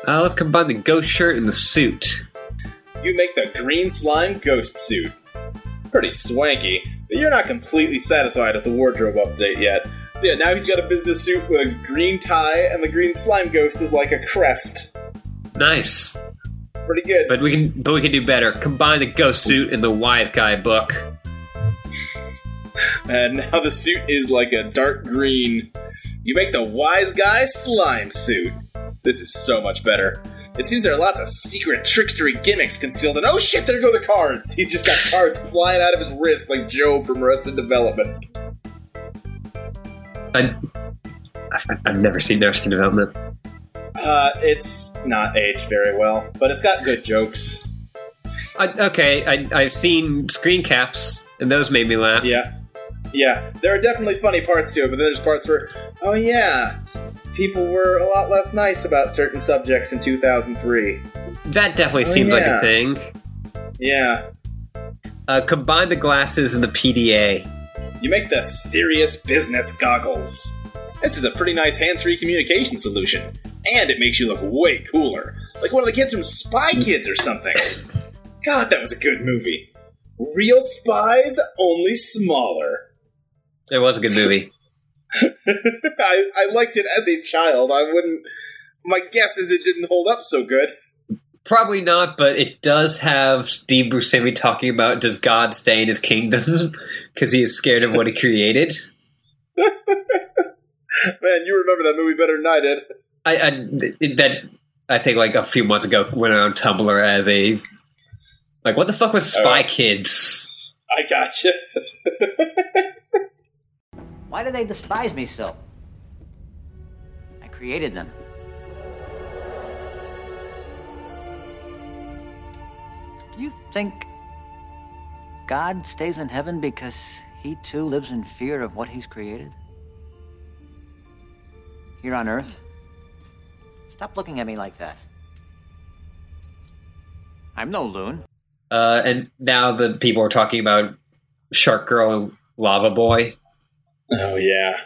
S3: Uh, let's combine the ghost shirt and the suit.
S5: You make the green slime ghost suit. Pretty swanky, but you're not completely satisfied with the wardrobe update yet. So yeah, now he's got a business suit with a green tie, and the green slime ghost is like a crest.
S3: Nice.
S5: It's pretty good.
S3: But we can but we can do better. Combine the ghost suit and the wise guy book.
S5: And now the suit is like a dark green. You make the wise guy slime suit. This is so much better. It seems there are lots of secret trickstery gimmicks concealed, and oh shit, there go the cards! He's just got cards flying out of his wrist like Job from Arrested Development.
S3: I, I've, I've never seen Arrested Development.
S5: Uh, it's not aged very well, but it's got good jokes.
S3: I, okay, I, I've seen screen caps, and those made me laugh.
S5: Yeah. Yeah. There are definitely funny parts to it, but then there's parts where, oh yeah, people were a lot less nice about certain subjects in 2003.
S3: That definitely
S5: Oh,
S3: seems like a
S5: yeah.
S3: thing.
S5: Yeah.
S3: Uh, combine the glasses and the PDA.
S5: You make the serious business goggles. This is a pretty nice hands free communication solution, and it makes you look way cooler. Like one of the kids from Spy Kids or something. God, that was a good movie. Real spies, only smaller.
S3: It was a good movie.
S5: I, I liked it as a child. I wouldn't. My guess is it didn't hold up so good.
S3: Probably not, but it does have Steve Buscemi talking about does God stay in his kingdom because he is scared of what he created.
S5: Man, you remember that movie better than I did.
S3: I, I th- that I think like a few months ago went around Tumblr as a like what the fuck was Spy Kids?
S5: I gotcha.
S8: Why do they despise me so? I created them. Do you think God stays in heaven because he too lives in fear of what he's created? Here on earth? Stop looking at me like that. I'm no loon.
S3: Uh, and now the people are talking about Shark Girl and Lava Boy,
S5: Oh, yeah.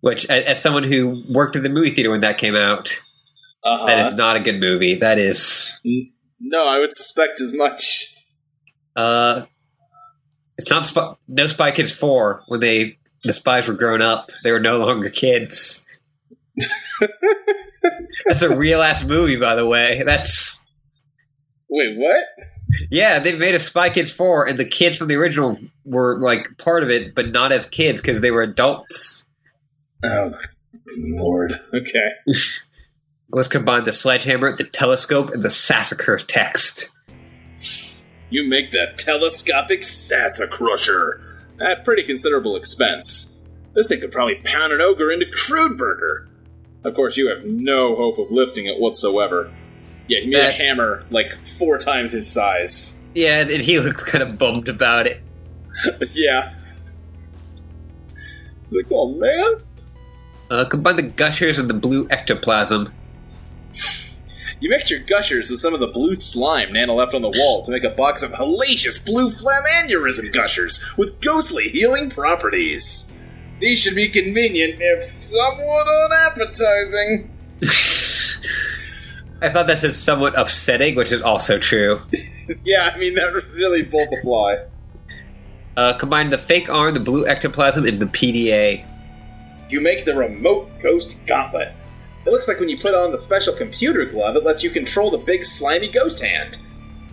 S3: which a- as someone who worked in the movie theater when that came out,
S5: Uh-huh.
S3: that is not a good movie. That is
S5: no, I would suspect as much.
S3: Uh, it's not spy, no Spy Kids four when they the spies were grown up. They were no longer kids. That's a real ass movie, by the way. That's
S5: Wait, what?
S3: yeah. They made a Spy Kids four, and the kids from the original were like part of it, but not as kids because they were adults.
S5: Oh, Lord. Okay.
S3: Let's combine the sledgehammer, the telescope, and the Sassacre text.
S5: You make that telescopic sassa crusher at pretty considerable expense. This thing could probably pound an ogre into crude burger. Of course, you have no hope of lifting it whatsoever. Yeah, he made
S3: That-
S5: a hammer like four times his size.
S3: Yeah, and he looked kind of bummed about it.
S5: yeah. It's like, oh man,
S3: Uh, combine the gushers and the blue ectoplasm.
S5: you mixed your gushers with some of the blue slime Nana left on the wall to make a box of hellacious blue flamaneurism gushers with ghostly healing properties. These should be convenient if somewhat unappetizing.
S3: I thought that said somewhat upsetting, which is also true.
S5: Yeah, I mean that really both apply.
S3: Uh, combine the fake arm, the blue ectoplasm, and the PDA.
S5: You make the remote ghost gauntlet. It looks like when you put on the special computer glove, it lets you control the big slimy ghost hand.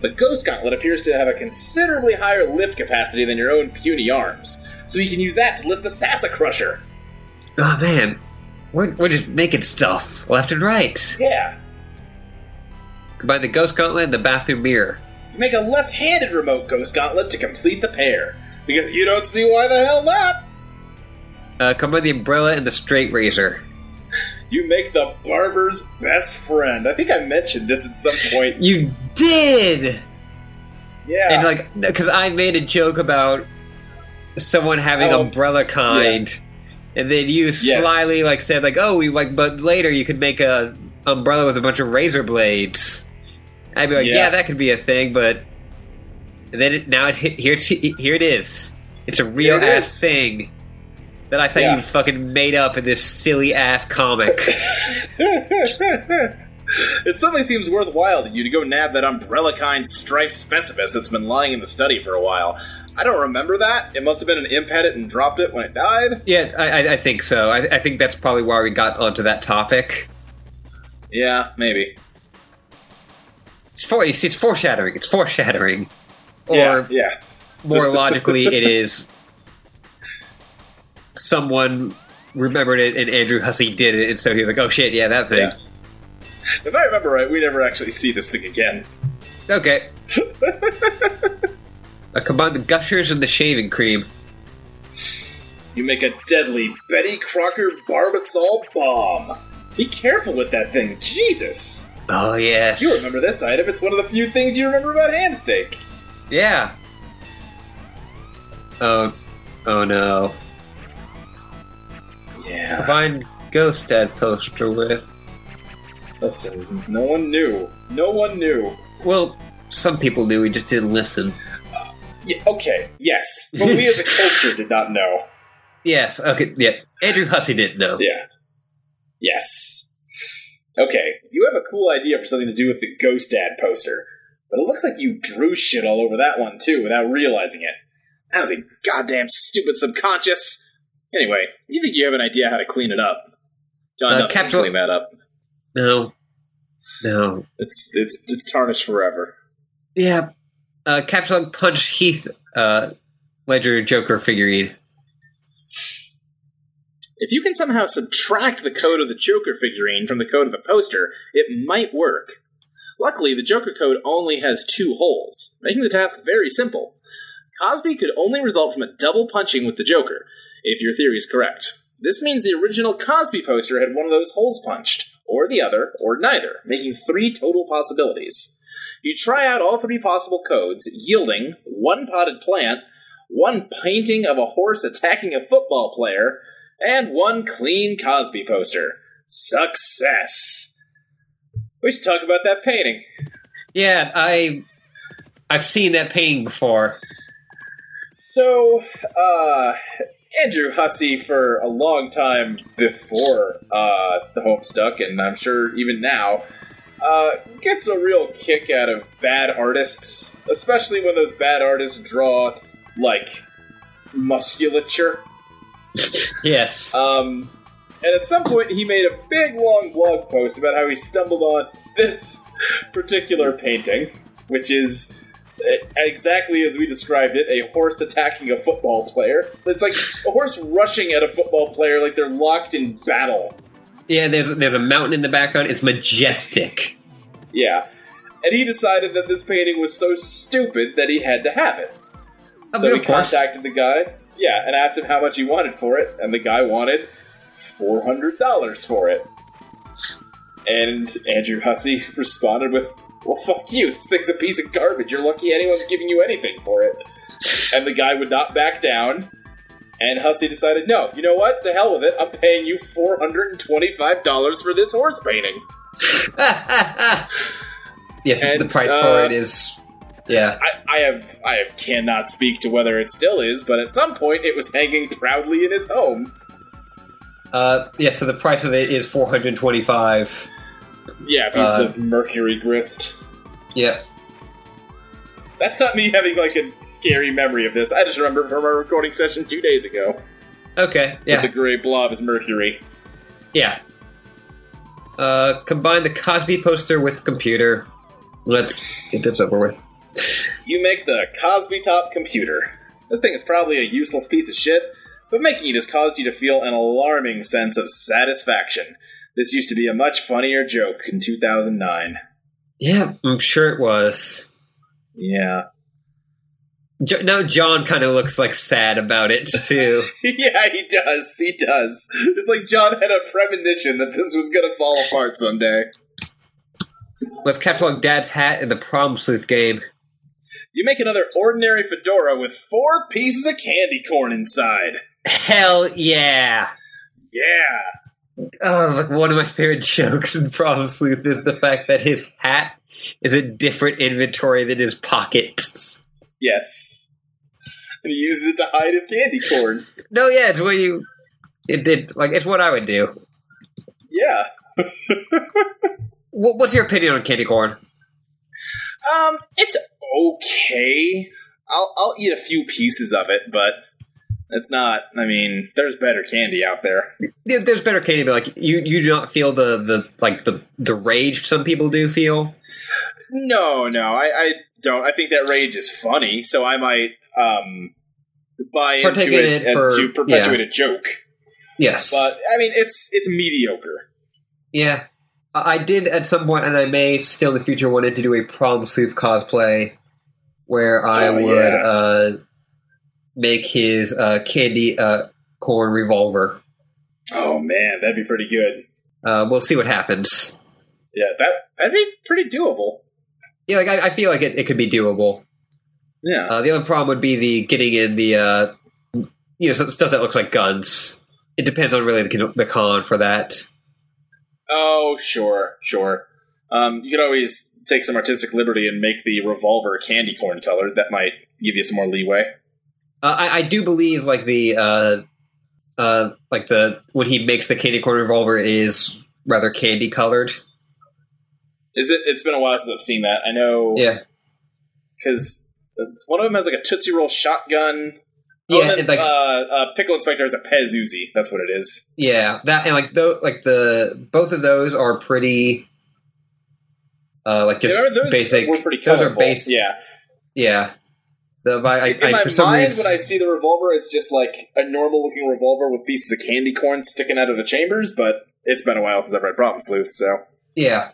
S5: The ghost gauntlet appears to have a considerably higher lift capacity than your own puny arms, so you can use that to lift the Sassa Crusher.
S3: Oh man, we're, we're just making stuff left and right.
S5: Yeah,
S3: Combine the ghost gauntlet and the bathroom mirror.
S5: you make a left-handed remote ghost gauntlet to complete the pair. Because you don't see why the hell not.
S3: Uh, combine the umbrella and the straight razor.
S5: You make the barber's best friend. I think I mentioned this at some point.
S3: You did!
S5: Yeah.
S3: And like, because I made a joke about someone having
S5: Oh,
S3: umbrella kind, and then you
S5: Yes.
S3: slyly like said like, "Oh, we like," but later you could make a umbrella with a bunch of razor blades. I'd be like, "Yeah,
S5: Yeah.
S3: that could be a thing," but and then it, now it, here it- here it is. It's a real
S5: Here it
S3: ass
S5: is.
S3: thing that I thought
S5: Yeah.
S3: you fucking made up in this silly ass comic.
S5: it suddenly seems worthwhile to you to go nab that umbrella kind strife specimens that's been lying in the study for a while. I don't remember that. It must have been an imp had it and dropped it when it died.
S3: yeah, I, I- I think so. I, I think that's probably why we got onto that topic.
S5: Yeah, maybe.
S3: It's, for, it's, it's foreshadowing. It's foreshadowing. Or
S5: yeah, yeah.
S3: more logically, it is someone remembered it and Andrew Hussey did it, and so he was like, "Oh shit, yeah, that thing."
S5: If I remember right, we never actually see this thing again.
S3: Okay. I combine the gushers and the shaving cream.
S5: You make a deadly Betty Crocker Barbasol bomb. Be careful with that thing, Jesus!
S3: Oh yes,
S5: You remember this item? It's one of the few things you remember about Hamsteak.
S3: Yeah. Oh, oh no.
S5: Yeah.
S3: Combine ghost dad poster with.
S5: Listen, no one knew. No one knew.
S3: Well, some people knew. We just didn't listen.
S5: Yeah, okay, yes. But we as a culture did not know.
S3: Yes. Okay. Yeah. Andrew Hussey didn't know.
S5: Yeah. Yes. Okay, you have a cool idea for something to do with the Ghost Dad poster, but it looks like you drew shit all over that one too without realizing it. That was a goddamn stupid subconscious. Anyway, you think you have an idea how to clean it up? John,
S3: Uh,
S5: uh, nothing
S3: capital-
S5: clean that up.
S3: No. No.
S5: It's it's it's tarnished forever.
S3: Yeah. Uh, Capsule Punch Heath uh, Ledger Joker figurine.
S5: If you can somehow subtract the code of the Joker figurine from the code of the poster, it might work. Luckily, the Joker code only has two holes, making the task very simple. Cosby could only result from a double punching with the Joker, if your theory is correct. This means the original Cosby poster had one of those holes punched, or the other, or neither, making three total possibilities. You try out all three possible codes, yielding one potted plant, one painting of a horse attacking a football player, and one clean Cosby poster. Success! We should talk about that painting.
S3: Yeah, I I've seen that painting before.
S5: So, uh, Andrew Hussey, for a long time before uh, the Homestuck, and I'm sure even now, uh, gets a real kick out of bad artists, especially when those bad artists draw, like, musculature.
S3: Yes.
S5: Um, and at some point, he made a big long blog post about how he stumbled on this particular painting, which is eh, exactly as we described it a horse attacking a football player. It's like a horse rushing at a football player like they're locked in battle.
S3: yeah, there's there's a mountain in the background. It's majestic.
S5: Yeah. and he decided that this painting was so stupid that he had to have it.
S3: I
S5: so
S3: mean,
S5: he
S3: of course.
S5: contacted the guy, yeah, and asked him how much he wanted for it, and the guy wanted four hundred dollars for it. And Andrew Hussey responded with, "Well, fuck you. This thing's a piece of garbage. You're lucky anyone's giving you anything for it." And the guy would not back down. And Hussey decided, "No, you know what? To hell with it. I'm paying you four hundred and twenty-five dollars for this horse painting."
S3: yes,
S5: And,
S3: the price
S5: uh,
S3: for it is. Yeah.
S5: I, I have I have cannot speak to whether it still is, but at some point it was hanging proudly in his home.
S3: Uh, yeah, so the price of it is 425
S5: Yeah, piece
S3: Uh,
S5: of mercury grist.
S3: Yep.
S5: That's not me having like a scary memory of this. I just remember from our recording session two days ago. that
S3: Okay, yeah.
S5: the gray blob is mercury.
S3: Yeah. Uh, combine the Cosby poster with computer. Let's get this over with.
S5: You make the Cosby Top computer. This thing is probably a useless piece of shit, but making it has caused you to feel an alarming sense of satisfaction. This used to be a much funnier joke in 2009.
S3: Yeah, I'm sure it was.
S5: Yeah.
S3: Jo- now John kind of looks like sad about it too.
S5: yeah, he does. He does. It's like John had a premonition that this was going to fall apart someday.
S3: Let's catalog Dad's hat in the prom sleuth game.
S5: You make another ordinary fedora with four pieces of candy corn inside.
S3: Hell yeah!
S5: Yeah.
S3: Oh, like one of my favorite jokes in prom sleuth is the fact that his hat is a different inventory than his pockets.
S5: Yes. And he uses it to hide his candy corn.
S3: No, yeah, it's what you. It did like it's what I would do.
S5: Yeah.
S3: Wh- What's your opinion on candy corn?
S5: Um, it's okay. I'll I'll eat a few pieces of it, but it's not. I mean, there's better candy out there.
S3: There- there's better candy, but like you, you do not feel the the like the the rage some people do feel.
S5: No, no, I, I don't. I think that rage is funny, so I might um buy into
S3: Partake
S5: it,
S3: in it
S5: and
S3: for-
S5: to perpetuate a joke.
S3: Yes,
S5: But I mean, it's it's mediocre.
S3: yeah, I, I did at some point, and I may still in the future wanted to do a prom sleuth cosplay where I
S5: Oh,
S3: would
S5: yeah.
S3: uh, make his uh, candy uh, corn revolver.
S5: Oh man, that'd be pretty good.
S3: Uh, we'll see what happens.
S5: Yeah, that that'd be pretty doable.
S3: Yeah, like I, I feel like it, it could be doable.
S5: Yeah,
S3: Uh, the other problem would be the getting in the uh, you know some stuff that looks like guns. It depends on really the, con- the con for that.
S5: Oh, sure, sure. Um, you could always take some artistic liberty and make the revolver candy corn colored. That might give you some more leeway.
S3: Uh, I, I do believe like the uh, uh, like the when he makes the candy corn revolver it is rather candy colored.
S5: Is it? It's been a while since I've seen that. I know
S3: Yeah,
S5: because one of them has like a tootsie roll shotgun. Oh,
S3: yeah,
S5: and then,
S3: and, like
S5: uh, uh, pickle inspector has a Pez Uzi. That's what it is.
S3: yeah that and like though like the both of those are pretty. Uh, like just
S5: Yeah, remember those
S3: basic.
S5: were pretty
S3: those
S5: colorful.
S3: are base.
S5: Yeah.
S3: yeah. The I, I,
S5: In my
S3: I, for
S5: mind,
S3: some reason,
S5: when I see the revolver, it's just like a normal looking revolver with pieces of candy corn sticking out of the chambers. But it's been a while since I've read Problem Sleuth, so
S3: Yeah.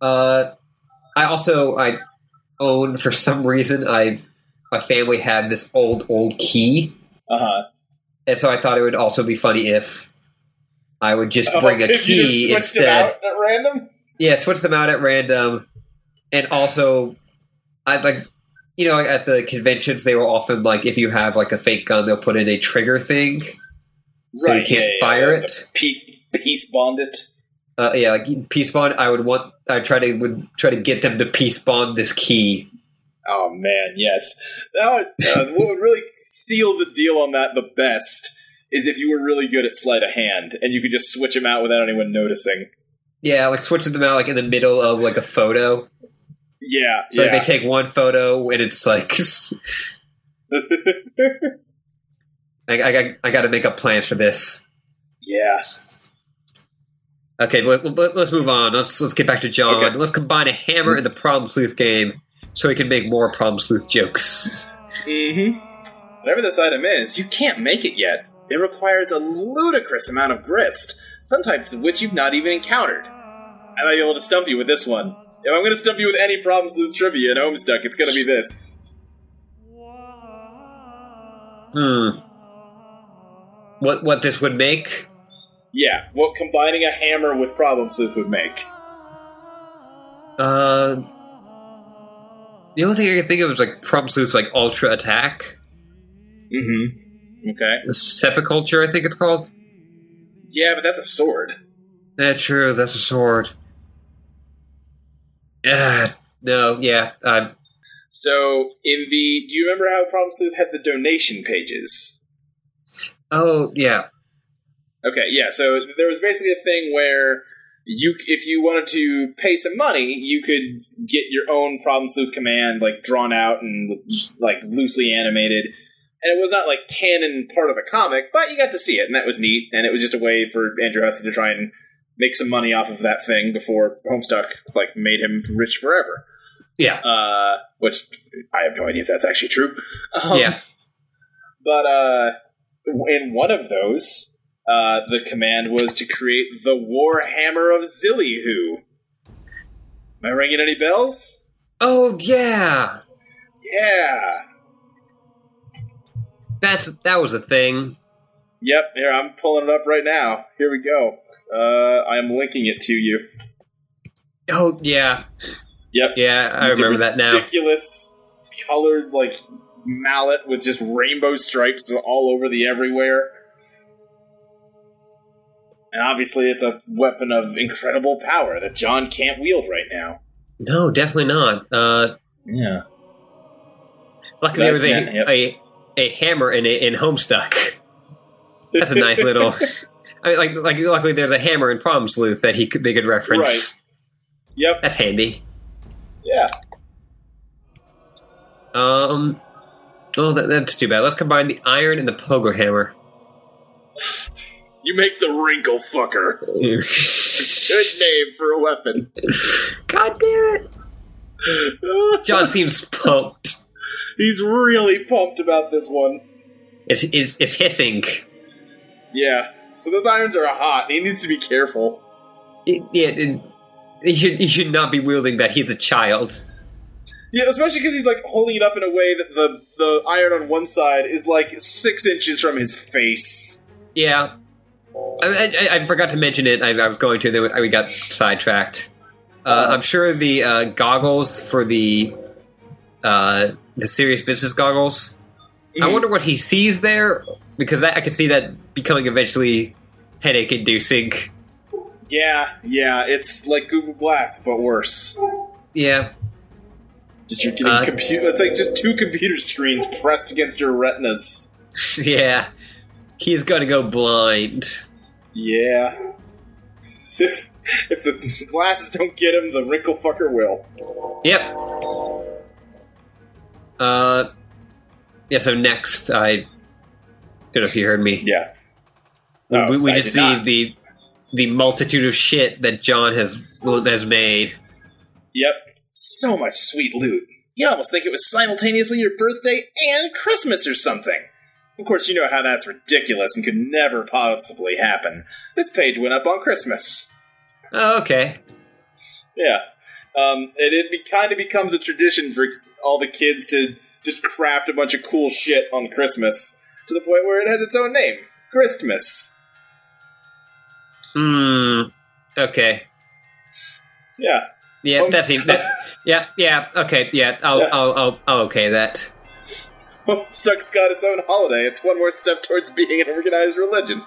S3: Uh, I also I own for some reason I my family had this old old key,
S5: uh
S3: Uh-huh.
S5: huh.
S3: and so I thought it would also be funny if I would just bring a
S5: Oh, if you just
S3: key
S5: switched
S3: instead.
S5: it out at random.
S3: Yeah, switch them out at random, and also I like you know at the conventions they will often like if you have like a fake gun they'll put in a trigger thing so you
S5: Right,
S3: can't
S5: yeah, yeah,
S3: fire
S5: yeah,
S3: it.
S5: Pe- peace bond it.
S3: uh, yeah, like peace bond. I would want. I try to would try to get them to peace bond this key.
S5: Oh man, yes. That would, uh, what would really seal the deal on that the best is if you were really good at sleight of hand and you could just switch them out without anyone noticing.
S3: Yeah, like switching them out like in the middle of like a photo.
S5: Yeah,
S3: So
S5: yeah.
S3: like, they take one photo and it's like I, I, got- I got to make up plans for this.
S5: yeah.
S3: Okay, let, let, us move on. Let's let's get back to John.
S5: Okay.
S3: Let's combine a hammer and the problem sleuth game so he can make more problem sleuth jokes.
S5: Mm-hmm. Whatever this item is, you can't make it yet. It requires a ludicrous amount of grist, some types of which you've not even encountered. I might be able to stump you with this one. If I'm going to stump you with any problems with trivia and Homestuck, it's going to be this.
S3: Hmm. What what this would make?
S5: Yeah, what combining a hammer with problem sleuth would make.
S3: Uh, the only thing I can think of is like problem sleuth's like ultra attack,
S5: Mm-hmm. Okay.
S3: sepulture. I think it's called.
S5: Yeah, but that's a sword.
S3: Yeah, true. That's a sword. Yeah. No. Yeah. Uh,
S5: So in the, do you remember how problem sleuth had the donation pages?
S3: oh yeah.
S5: Okay, yeah. So there was basically a thing where you, if you wanted to pay some money, you could get your own problem sleuth command like drawn out and like loosely animated. And it was not like canon part of the comic, but you got to see it, and that was neat. And it was just a way for Andrew Hudson to try and make some money off of that thing before Homestuck like made him rich forever.
S3: Yeah.
S5: Uh, which I have no idea if that's actually true. Um,
S3: yeah.
S5: but uh, in one of those, uh, the command was to create the Warhammer of Zillyhoo. Am I ringing any bells?
S3: Oh yeah.
S5: Yeah.
S3: That's that was a thing.
S5: Yep. Here I'm pulling it up right now. Here we go. Uh, I'm linking it to you.
S3: Oh yeah.
S5: Yep.
S3: Yeah. I
S5: Just a
S3: remember that now.
S5: Ridiculous colored like mallet with just rainbow stripes all over the everywhere. And obviously, it's a weapon of incredible power that John can't wield right now.
S3: No, definitely not. Uh,
S5: Yeah.
S3: luckily there was a,
S5: Yeah, yep.
S3: a a hammer in it in Homestuck. That's a nice little. I mean, like, like, luckily there's a hammer in Problem Sleuth that he could, they could reference.
S5: Right. Yep.
S3: That's handy.
S5: Yeah.
S3: Um, oh, that, that's too bad. Let's combine the iron and the pogo hammer.
S5: You make the wrinkle fucker. Good name for a weapon.
S3: God damn it! John seems pumped.
S5: He's really pumped about this one.
S3: It's, it's, it's hissing.
S5: Yeah. So those irons are hot. He needs to be careful.
S3: It, yeah, it, he should he should not be wielding that. He's a child.
S5: Yeah, especially because he's like holding it up in a way that the the iron on one side is like six inches from his face.
S3: Yeah. I, I, I forgot to mention it. I, I was going to, then we got sidetracked. Uh, I'm sure the uh, goggles for the uh, the serious business goggles. I
S5: Mhm.
S3: wonder what he sees there because that, I could see that becoming eventually headache inducing.
S5: Yeah, yeah, it's like Google Glass, but worse.
S3: Yeah,
S5: Just you're getting
S3: Uh,
S5: computer. It's like just two computer screens pressed against your retinas.
S3: yeah. He's gonna go blind.
S5: Yeah. As if if the glasses don't get him, the wrinkle fucker will.
S3: Yep. Uh, yeah. So next, I don't know if you heard me.
S5: Yeah. No,
S3: we we
S5: I
S3: just
S5: did
S3: see
S5: not.
S3: the the multitude of shit that John has has made.
S5: Yep. So much sweet loot. You'd almost think it was simultaneously your birthday and Christmas or something. Of course, you know how that's ridiculous and could never possibly happen. This page went up on Christmas.
S3: Oh, okay.
S5: Yeah. Um, and it be, kind of becomes a tradition for all the kids to just craft a bunch of cool shit on Christmas to the point where it has its own name Christmas.
S3: Hmm. Okay.
S5: Yeah.
S3: Yeah,
S5: Um,
S3: that seems. That, yeah, yeah. Okay. Yeah, I'll,
S5: Yeah.
S3: I'll, I'll, I'll okay that.
S5: Stuck's got its own holiday. It's one more step towards being an organized religion.